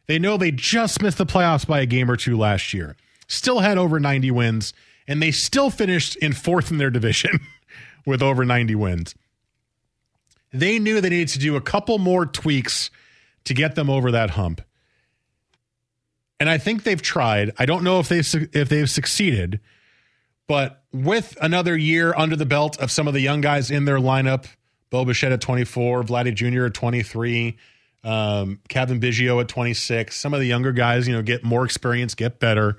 Speaker 3: They know they just missed the playoffs by a game or two last year, still had over 90 wins, and they still finished in fourth in their division with over 90 wins. They knew they needed to do a couple more tweaks to get them over that hump. And I think they've tried. I don't know if they su- if they've succeeded, but with another year under the belt of some of the young guys in their lineup, Bo Bichette at 24, Vladdy Jr. at 23, um, Kevin Biggio at 26, some of the younger guys, you know, get more experience, get better.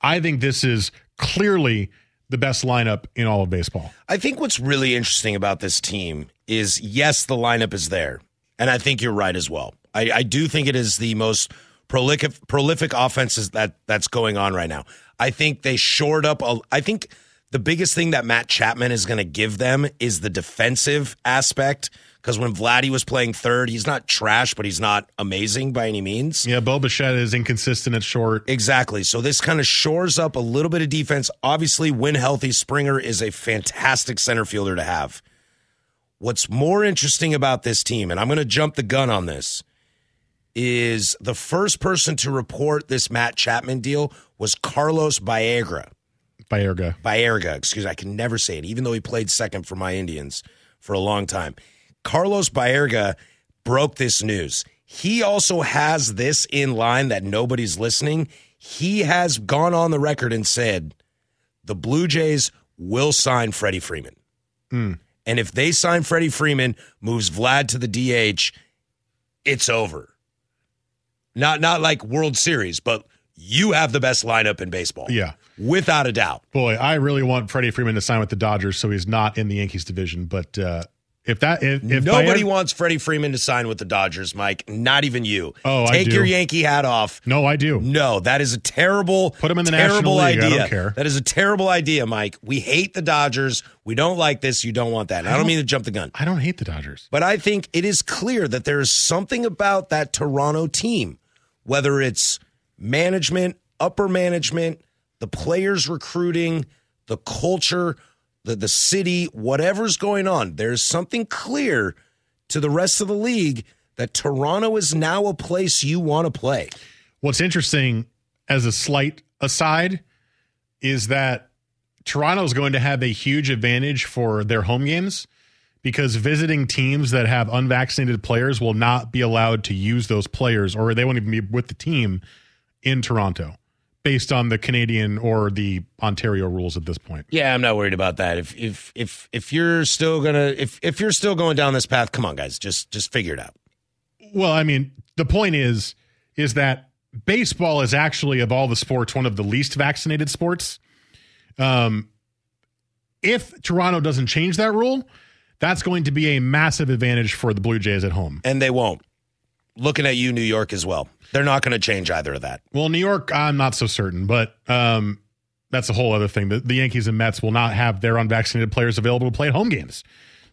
Speaker 3: I think this is clearly the best lineup in all of baseball.
Speaker 4: I think what's really interesting about this team is yes, the lineup is there. And I think you're right as well. I, I do think it is the most prolific prolific offenses that that's going on right now. I think they shored up a, I think the biggest thing that Matt Chapman is going to give them is the defensive aspect because when Vladdy was playing third, he's not trash, but he's not amazing by any means.
Speaker 3: Yeah, Bo Bichette is inconsistent at short.
Speaker 4: Exactly. So this kind of shores up a little bit of defense. Obviously, when healthy, Springer is a fantastic center fielder to have. What's more interesting about this team, and I'm going to jump the gun on this, is the first person to report this Matt Chapman deal was Carlos Baegra.
Speaker 3: Bayerga.
Speaker 4: Baerga, excuse me, I can never say it, even though he played second for my Indians for a long time. Carlos Baerga broke this news. He also has this in line that nobody's listening. He has gone on the record and said the Blue Jays will sign Freddie Freeman.
Speaker 3: Mm.
Speaker 4: And if they sign Freddie Freeman, moves Vlad to the DH, it's over. Not not like World Series, but you have the best lineup in baseball.
Speaker 3: Yeah.
Speaker 4: Without a doubt.
Speaker 3: Boy, I really want Freddie Freeman to sign with the Dodgers so he's not in the Yankees division, but uh, If that if, if
Speaker 4: Nobody
Speaker 3: Baez-
Speaker 4: wants Freddie Freeman to sign with the Dodgers, Mike. Not even you.
Speaker 3: Oh, I
Speaker 4: take your
Speaker 3: do.
Speaker 4: Yankee hat off.
Speaker 3: No, I do.
Speaker 4: No, that is a terrible. Put him
Speaker 3: in the
Speaker 4: terrible
Speaker 3: National League. I
Speaker 4: idea.
Speaker 3: don't care.
Speaker 4: That is a terrible idea, Mike. We hate the Dodgers. We don't like this. You don't want that. And I,
Speaker 3: I
Speaker 4: don't,
Speaker 3: don't-
Speaker 4: mean to jump the gun,
Speaker 3: I don't hate the Dodgers.
Speaker 4: but I think it is clear that there is something about that Toronto team, whether it's management, upper management, the players recruiting, the culture, the the city, whatever's going on. There's something clear to the rest of the league that Toronto is now a place you want to play.
Speaker 3: What's interesting as a slight aside is that Toronto's going to have a huge advantage for their home games because visiting teams that have unvaccinated players will not be allowed to use those players or they won't even be with the team in Toronto based on the Canadian or the Ontario rules at this point.
Speaker 4: Yeah, I'm not worried about that. If if if if you're still gonna if if you're still going down this path, come on, guys, just just figure it out.
Speaker 3: Well, I mean, the point is is that baseball is actually of all the sports one of the least vaccinated sports. Um if Toronto doesn't change that rule, that's going to be a massive advantage for the Blue Jays at home.
Speaker 4: And they won't. Looking at you, New York as well. They're not going to change either of that.
Speaker 3: Well, New York, I'm not so certain, but um, that's a whole other thing. The, the Yankees and Mets will not have their unvaccinated players available to play at home games.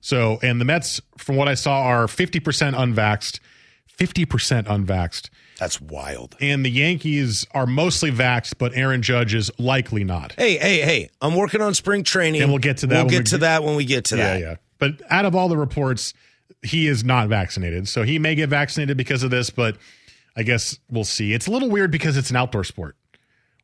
Speaker 3: So, and the Mets, from what I saw, are 50% unvaxxed, 50% unvaxxed.
Speaker 4: That's wild.
Speaker 3: And the Yankees are mostly vaxxed, but Aaron Judge is likely not.
Speaker 4: Hey, hey, hey! I'm working on spring training,
Speaker 3: And we'll get to that
Speaker 4: We'll
Speaker 3: when
Speaker 4: get
Speaker 3: we
Speaker 4: to
Speaker 3: get-
Speaker 4: that when we get to
Speaker 3: yeah,
Speaker 4: that.
Speaker 3: yeah. But out of all the reports, he is not vaccinated. So he may get vaccinated because of this, but I guess we'll see. It's a little weird because it's an outdoor sport.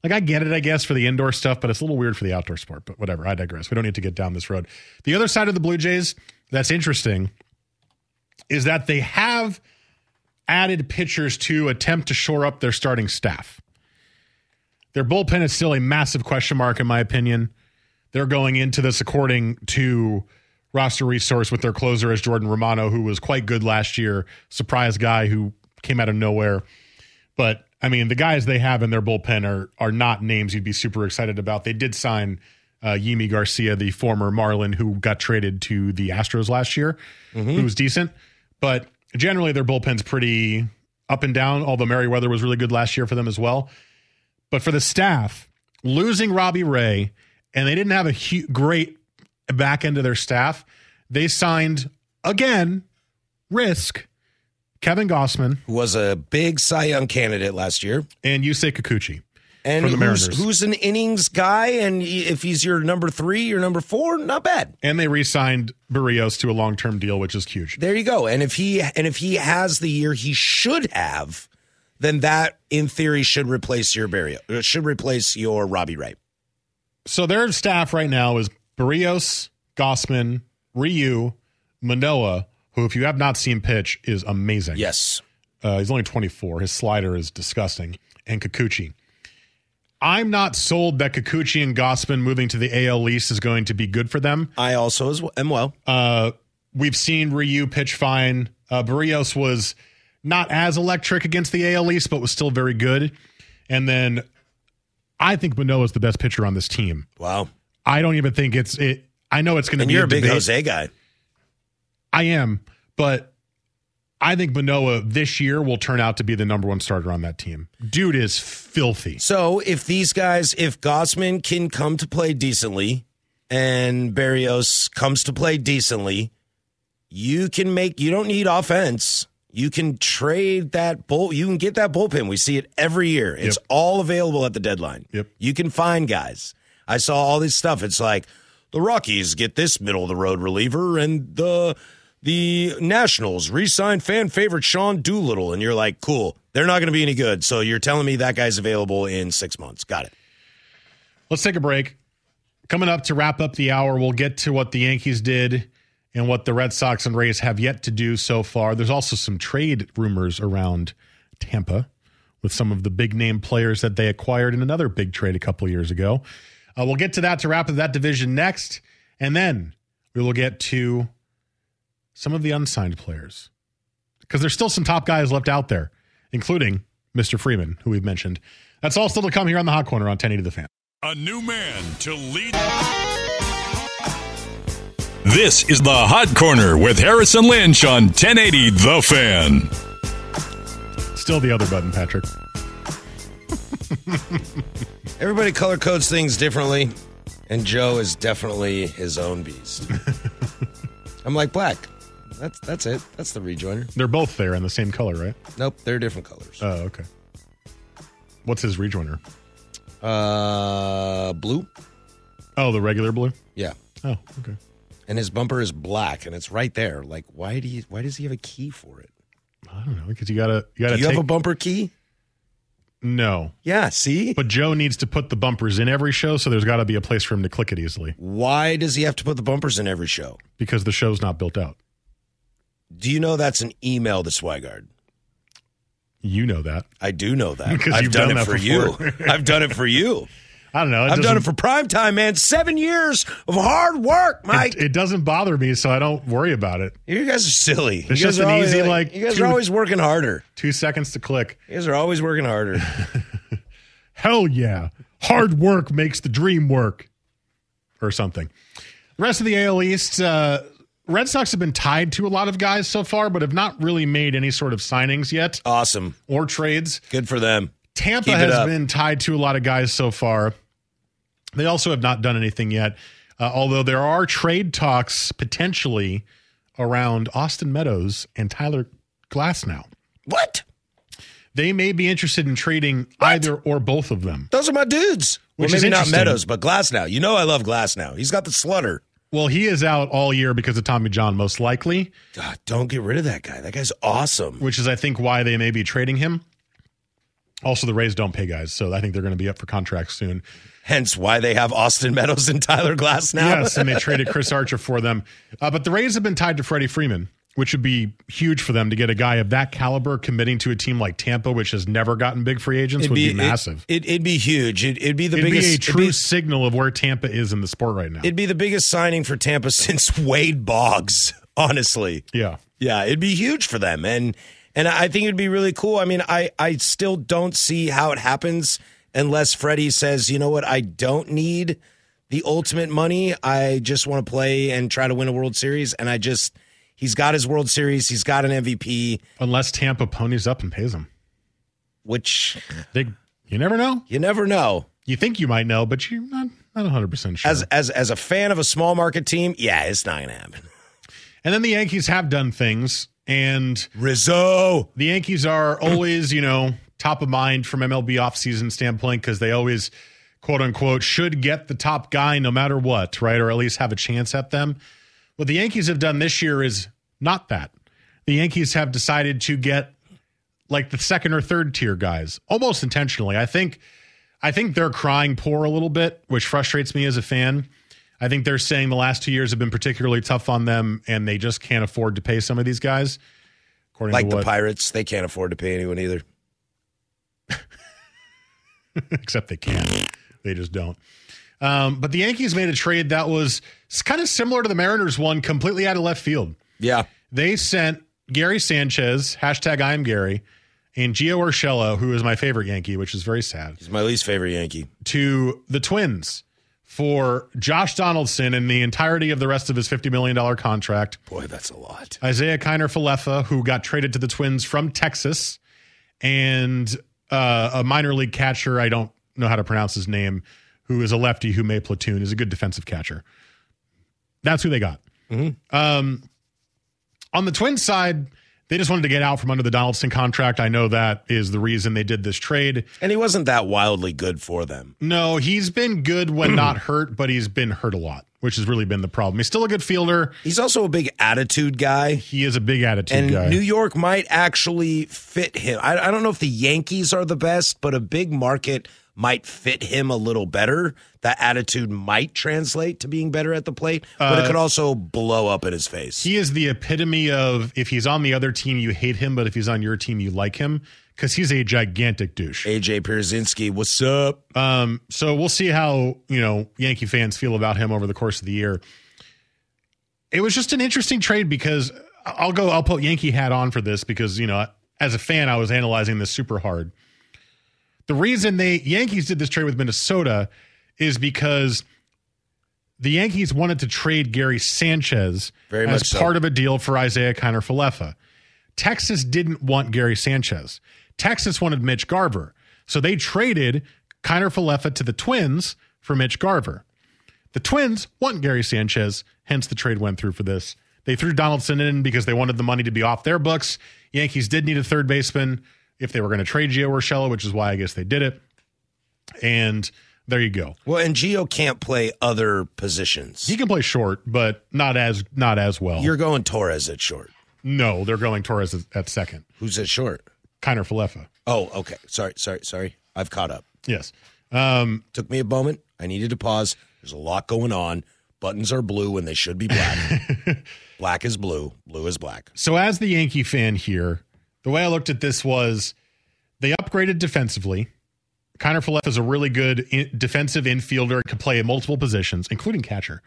Speaker 3: Like I get it, I guess, for the indoor stuff, but it's a little weird for the outdoor sport. But whatever, I digress. We don't need to get down this road. The other side of the Blue Jays that's interesting is that they have added pitchers to attempt to shore up their starting staff. Their bullpen is still a massive question mark, in my opinion. They're going into this according to roster resource with their closer as Jordan Romano, who was quite good last year, surprise guy who came out of nowhere. But I mean, the guys they have in their bullpen are are not names you'd be super excited about. They did sign uh, Yimi Garcia, the former Marlin who got traded to the Astros last year, who was decent. But generally, their bullpen's pretty up and down. Although Merriweather was really good last year for them as well. But for the staff, losing Robbie Ray, and they didn't have a hu- great back end of their staff, they signed again Risk, Kevin Gossman,
Speaker 4: Who was a big Cy Young candidate last year,
Speaker 3: and Yusei Kikuchi.
Speaker 4: and
Speaker 3: For the
Speaker 4: who's,
Speaker 3: Mariners.
Speaker 4: who's an innings guy, and if he's your number three, your number four, not bad.
Speaker 3: And they re signed Barrios to a long term deal, which is huge.
Speaker 4: There you go. And if he and if he has the year he should have, then that in theory should replace your Barrio, uh, should replace your Robbie Ray.
Speaker 3: So their staff right now is Barrios, Gossman, Ryu, Manoa, who, if you have not seen pitch, is amazing.
Speaker 4: Yes.
Speaker 3: Uh, he's only 24. His slider is disgusting. And Kikuchi. I'm not sold that Kikuchi and Gossman moving to the AL East is going to be good for them.
Speaker 4: I also as am well.
Speaker 3: Uh, we've seen Ryu pitch fine. Uh, Barrios was not as electric against the AL East, but was still very good. And then I think Manoa is the best pitcher on this team.
Speaker 4: Wow.
Speaker 3: I don't even think it's it. I know it's going to
Speaker 4: And
Speaker 3: be
Speaker 4: you're a big
Speaker 3: debate.
Speaker 4: Jose guy.
Speaker 3: I am, but I think Manoa this year will turn out to be the number one starter on that team. Dude is filthy.
Speaker 4: So if these guys, if Gossman can come to play decently, and Barrios comes to play decently, you can make. You don't need offense. You can trade that bull. You can get that bullpen. We see it every year. It's
Speaker 3: Yep.
Speaker 4: all available at the deadline.
Speaker 3: Yep.
Speaker 4: You can find guys. I saw all this stuff. It's like the Rockies get this middle of the road reliever, and the the Nationals re-signed fan favorite Sean Doolittle, and you're like, cool. They're not going to be any good. So you're telling me that guy's available in six months? Got it.
Speaker 3: Let's take a break. Coming up to wrap up the hour, we'll get to what the Yankees did and what the Red Sox and Rays have yet to do so far. There's also some trade rumors around Tampa with some of the big name players that they acquired in another big trade a couple years ago. Uh, we'll get to that to wrap up that division next. And then we will get to some of the unsigned players because there's still some top guys left out there, including Mr. Freeman, who we've mentioned. That's all still to come here on the Hot Corner on 1080 The Fan.
Speaker 1: A new man to lead. This is the Hot Corner with Harrison Lynch on 1080 The Fan.
Speaker 3: Still the other button, Patrick.
Speaker 4: Everybody color codes things differently, and Joe is definitely his own beast. I'm like black. That's that's it. That's the rejoiner.
Speaker 3: They're both there in the same color, right?
Speaker 4: Nope, they're different colors.
Speaker 3: Oh, okay. What's his rejoiner?
Speaker 4: Uh, blue.
Speaker 3: Oh, the regular blue.
Speaker 4: Yeah.
Speaker 3: Oh, okay.
Speaker 4: And his bumper is black, and it's right there. Like, why do you? Why does he have a key for it?
Speaker 3: I don't know because you gotta you gotta.
Speaker 4: Do you
Speaker 3: take,
Speaker 4: have a bumper key?
Speaker 3: No.
Speaker 4: Yeah. See.
Speaker 3: But Joe needs to put the bumpers in every show, so there's got to be a place for him to click it easily
Speaker 4: Why does he have to put the bumpers in every show?
Speaker 3: because the show's not built out.
Speaker 4: Do you know that's an email to Swigard?
Speaker 3: You know that.
Speaker 4: I do know that.
Speaker 3: 'Cause
Speaker 4: I've
Speaker 3: you've
Speaker 4: done,
Speaker 3: done
Speaker 4: it
Speaker 3: that
Speaker 4: for
Speaker 3: before.
Speaker 4: you. I've done it for you.
Speaker 3: I don't know.
Speaker 4: I've done
Speaker 3: doesn't-
Speaker 4: it for prime time, man. Seven years of hard work, Mike.
Speaker 3: It, it doesn't bother me, so I don't worry about it.
Speaker 4: you guys are silly.
Speaker 3: It's
Speaker 4: you guys
Speaker 3: just
Speaker 4: are
Speaker 3: an
Speaker 4: always
Speaker 3: easy like.
Speaker 4: you guys
Speaker 3: two-
Speaker 4: are always working harder.
Speaker 3: Two seconds to click.
Speaker 4: You guys are always working harder.
Speaker 3: Hell yeah. Hard work makes the dream work or something. The rest of the AL East, uh, Red Sox have been tied to a lot of guys so far, but have not really made any sort of signings yet
Speaker 4: awesome.
Speaker 3: or trades.
Speaker 4: Good for them.
Speaker 3: Tampa
Speaker 4: Keep it
Speaker 3: has
Speaker 4: up.
Speaker 3: been tied to a lot of guys so far. They also have not done anything yet, uh, although there are trade talks potentially around Austin Meadows and Tyler Glass now.
Speaker 4: What?
Speaker 3: They may be interested in trading either or both of them.
Speaker 4: Those are my dudes.
Speaker 3: Which
Speaker 4: well,
Speaker 3: is
Speaker 4: maybe not
Speaker 3: interesting.
Speaker 4: Meadows, but Glass now. You know I love Glass now. He's got the slutter.
Speaker 3: Well, he is out all year because of Tommy John, most likely,
Speaker 4: God, don't get rid of that guy. That guy's awesome.
Speaker 3: which is, I think, why they may be trading him. Also, the Rays don't pay guys, so I think they're going to be up for contracts soon.
Speaker 4: Hence why they have Austin Meadows and Tyler Glass now.
Speaker 3: Yes, and they traded Chris Archer for them. Uh, but the Rays have been tied to Freddie Freeman, which would be huge for them to get a guy of that caliber committing to a team like Tampa, which has never gotten big free agents, would be, massive.
Speaker 4: It, would be huge. It, it'd be the
Speaker 3: It, would
Speaker 4: biggest.
Speaker 3: be a
Speaker 4: it'd
Speaker 3: true signal of where Tampa is in the sport right now.
Speaker 4: It'd be the biggest signing for Tampa since Wade Boggs, honestly.
Speaker 3: yeah.
Speaker 4: Yeah, it'd be huge for them. And and I think it'd be really cool. I mean, I, I still don't see how it happens unless Freddie says, you know what, I don't need the ultimate money. I just want to play and try to win a World Series. And I just he's got his World Series, he's got an MVP,
Speaker 3: Unless Tampa ponies up and pays him.
Speaker 4: which
Speaker 3: They, you never know.
Speaker 4: you never know.
Speaker 3: You think you might know, but you're not, not 100% sure.
Speaker 4: As as as a fan of a small market team, yeah, it's not gonna happen.
Speaker 3: And then the Yankees have done things, and
Speaker 4: Rizzo.
Speaker 3: the Yankees are always, you know, top of mind from MLB offseason standpoint because they always, quote unquote, should get the top guy no matter what, right? Or at least have a chance at them. What the Yankees have done this year is not that. The Yankees have decided to get like the second or third tier guys almost intentionally. I think I think they're crying poor a little bit, which frustrates me as a fan. I think they're saying the last two years have been particularly tough on them, and they just can't afford to pay some of these guys. According
Speaker 4: Like
Speaker 3: to
Speaker 4: the
Speaker 3: what,
Speaker 4: Pirates, they can't afford to pay anyone either.
Speaker 3: except they can. They just don't. Um, but the Yankees made a trade that was kind of similar to the Mariners one, completely out of left field.
Speaker 4: Yeah.
Speaker 3: They sent Gary Sanchez, hashtag I am Gary, and Gio Urshela, who is my favorite Yankee, which is very sad,
Speaker 4: He's my least favorite Yankee.
Speaker 3: to the Twins for Josh Donaldson and the entirety of the rest of his $50 million contract.
Speaker 4: Boy, that's a lot.
Speaker 3: Isaiah Kiner Falefa, who got traded to the Twins from Texas, and uh, a minor league catcher. I don't know how to pronounce his name, who is a lefty who may platoon, is a good defensive catcher. That's who they got.
Speaker 4: Mm-hmm.
Speaker 3: Um, on the Twins side, they just wanted to get out from under the Donaldson contract. I know that is the reason they did this trade.
Speaker 4: And he wasn't that wildly good for them.
Speaker 3: No, he's been good when not hurt, but he's been hurt a lot, which has really been the problem. He's still a good fielder.
Speaker 4: He's also a big attitude guy.
Speaker 3: He is a big attitude
Speaker 4: And
Speaker 3: guy.
Speaker 4: New York might actually fit him. I, I don't know if the Yankees are the best, but a big market might fit him a little better. That attitude might translate to being better at the plate, but it
Speaker 3: Uh,
Speaker 4: could also blow up in his face.
Speaker 3: He is the epitome of if he's on the other team, you hate him, but if he's on your team, you like him because he's a gigantic douche.
Speaker 4: AJ Pierzynski, what's up?
Speaker 3: Um, so we'll see how you know Yankee fans feel about him over the course of the year. It was just an interesting trade because I'll go. I'll put Yankee hat on for this because you know, as a fan, I was analyzing this super hard. The reason they Yankees did this trade with Minnesota is because the Yankees wanted to trade Gary Sanchez
Speaker 4: Very
Speaker 3: as
Speaker 4: much so.
Speaker 3: part of a deal for Isaiah Kiner Falefa. Texas didn't want Gary Sanchez. Texas wanted Mitch Garver. So they traded Kiner Falefa to the Twins for Mitch Garver. The Twins want Gary Sanchez, hence the trade went through for this. They threw Donaldson in because they wanted the money to be off their books. Yankees did need a third baseman if they were going to trade Gio Urshela, which is why I guess they did it. And there you go.
Speaker 4: Well, and Gio can't play other positions.
Speaker 3: He can play short, but not as not as well.
Speaker 4: You're going Torres at short.
Speaker 3: no, they're going Torres at, at second.
Speaker 4: Who's at short?
Speaker 3: Kiner Falefa.
Speaker 4: Oh, okay. Sorry, sorry, sorry. I've caught up.
Speaker 3: Yes. Um,
Speaker 4: Took me a moment. I needed to pause. There's a lot going on. Buttons are blue when they should be black. black is blue. Blue is black.
Speaker 3: So, as the Yankee fan here, the way I looked at this was they upgraded defensively. Connor Follett is a really good in- defensive infielder, can play in multiple positions, including catcher.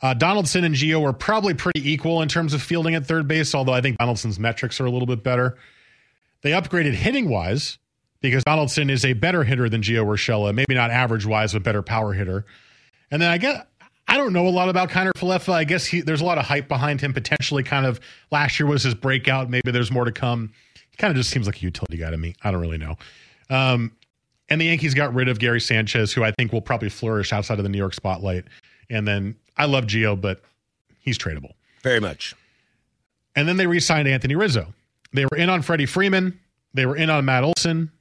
Speaker 3: Uh, Donaldson and Gio are probably pretty equal in terms of fielding at third base, although I think Donaldson's metrics are a little bit better. They upgraded hitting wise because Donaldson is a better hitter than Gio Urshela, maybe not average wise, but better power hitter. And then I get, I don't know a lot about Connor Falefa. I guess he, there's a lot of hype behind him. Potentially, kind of last year was his breakout. Maybe there's more to come. He kind of just seems like a utility guy to me. I don't really know. Um, and the Yankees got rid of Gary Sanchez, who I think will probably flourish outside of the New York spotlight. And then I love Gio, but he's tradable.
Speaker 4: Very much.
Speaker 3: And then they re signed Anthony Rizzo. They were in on Freddie Freeman. They were in on Matt Olson.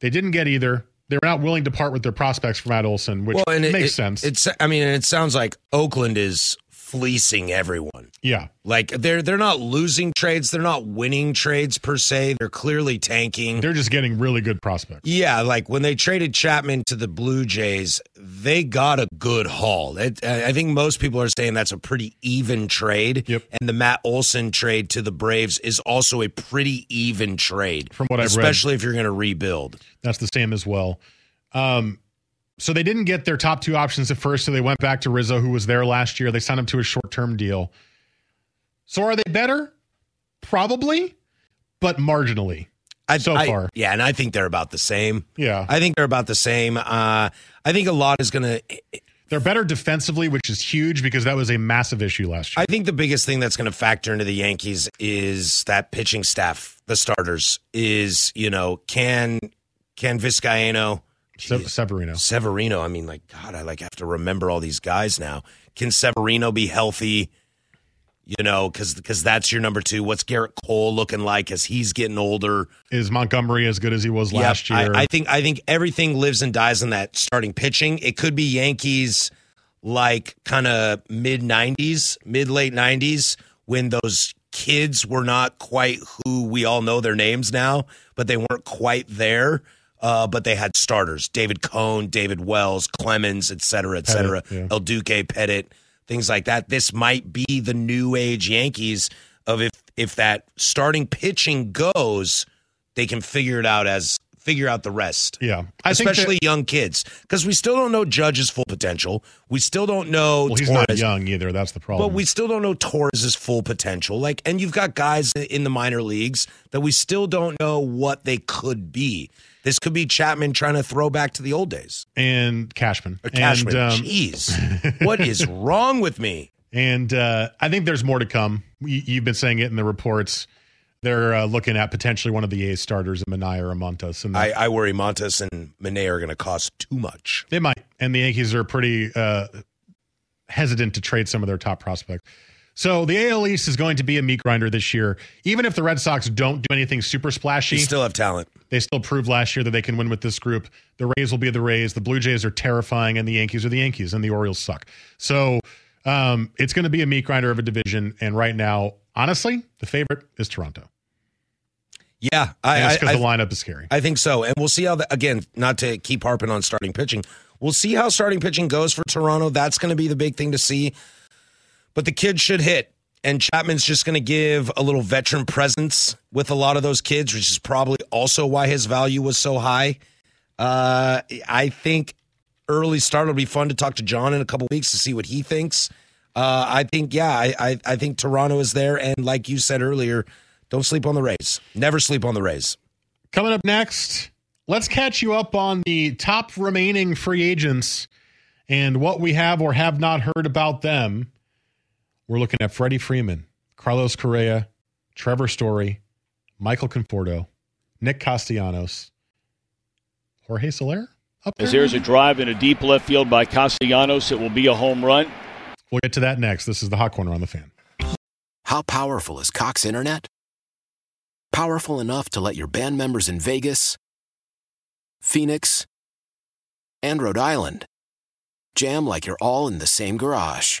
Speaker 3: They didn't get either. They were not willing to part with their prospects for Matt Olson, which
Speaker 4: well, and it-
Speaker 3: makes
Speaker 4: it-
Speaker 3: sense.
Speaker 4: It's. I mean, and it sounds like Oakland is fleecing everyone.
Speaker 3: yeah.
Speaker 4: Like they're they're not losing trades. They're not winning trades per se. They're clearly tanking.
Speaker 3: They're just getting really good prospects.
Speaker 4: Yeah, like when they traded Chapman to the Blue Jays, they got a good haul. It, I I think most people are saying that's a pretty even trade. Yep. And the Matt Olson trade to the Braves is also a pretty even trade.
Speaker 3: From what I've read.
Speaker 4: especially if you're going to rebuild.
Speaker 3: That's the same as well. Um, so they didn't get their top two options at first, so they went back to Rizzo, who was there last year. They signed him to a short term deal. So are they better? Probably, but marginally.
Speaker 4: I,
Speaker 3: so
Speaker 4: I-
Speaker 3: far.
Speaker 4: Yeah, and I think they're about the same.
Speaker 3: Yeah.
Speaker 4: I think they're about the same. Uh, I think a lot is going to.
Speaker 3: They're better defensively, which is huge because that was a massive issue last year.
Speaker 4: I think the biggest thing that's going to factor into the Yankees is that pitching staff, the starters, is you know can can Vizcaino.
Speaker 3: Se- Severino.
Speaker 4: Severino. I mean, like God, I like have to remember all these guys now. Can Severino be healthy? You know, because that's your number two. What's Garrett Cole looking like as he's getting older?
Speaker 3: Is Montgomery as good as he was
Speaker 4: Yep,
Speaker 3: last year?
Speaker 4: I, I think I think everything lives and dies in that starting pitching. It could be Yankees like kind of mid nineties, mid late nineties, when those kids were not quite who we all know their names now, but they weren't quite there. Uh, but they had starters: David Cohn, David Wells, Clemens, et cetera, et cetera.
Speaker 3: Pettit, yeah.
Speaker 4: El Duque, Pettit, things like that. This might be the new age Yankees of if if that starting pitching goes, they can figure it out as figure out the rest.
Speaker 3: yeah. I think that-
Speaker 4: Especially young kids, because we still don't know Judge's full potential. We still don't know
Speaker 3: well, he's
Speaker 4: Torres,
Speaker 3: not young either. That's the problem.
Speaker 4: but we still don't know Torres's full potential. Like, and you've got guys in the minor leagues that we still don't know what they could be. This could be Chapman trying to throw back to the old days.
Speaker 3: and Cashman.
Speaker 4: Or Cashman,
Speaker 3: And, um,
Speaker 4: jeez, what is wrong with me?
Speaker 3: And uh, I think there's more to come. You, you've been saying it in the reports. They're uh, looking at potentially one of the A starters, Manaya or Montas, and
Speaker 4: I, I worry Montes and Manet are going to cost too much.
Speaker 3: they might. And the Yankees are pretty uh, hesitant to trade some of their top prospects. So the AL East is going to be a meat grinder this year. Even if the Red Sox don't do anything super
Speaker 4: They
Speaker 3: splashy,
Speaker 4: still have talent.
Speaker 3: they still proved last year that they can win with this group. The Rays will be the Rays. The Blue Jays are terrifying, and the Yankees are the Yankees, and the Orioles suck. So um, it's going to be a meat grinder of a division. And right now, honestly, the favorite is Toronto.
Speaker 4: Yeah, I,
Speaker 3: And it's
Speaker 4: I, I,
Speaker 3: because the lineup is scary.
Speaker 4: I think so. And we'll see how, the, again, not to keep harping on starting pitching, we'll see how starting pitching goes for Toronto. That's going to be the big thing to see. But the kid should hit. And Chapman's just going to give a little veteran presence with a lot of those kids, which is probably also why his value was so high. Uh, I think early start will be fun to talk to John in a couple weeks to see what he thinks. Uh, I think, yeah, I, I, I think Toronto is there. And like you said earlier, don't sleep on the Rays. Never sleep on the Rays.
Speaker 3: Coming up next, let's catch you up on the top remaining free agents And what we have or have not heard about them, we're looking at Freddie Freeman, Carlos Correa, Trevor Story, Michael Conforto, Nick Castellanos, Jorge Soler. Up
Speaker 11: As there's a drive in a deep left field by Castellanos, it will be a home run.
Speaker 3: We'll get to that next. This is the Hot Corner on the Fan.
Speaker 12: How powerful is Cox Internet? Powerful enough to let your band members in Vegas, Phoenix, and Rhode Island jam like you're all in the same garage.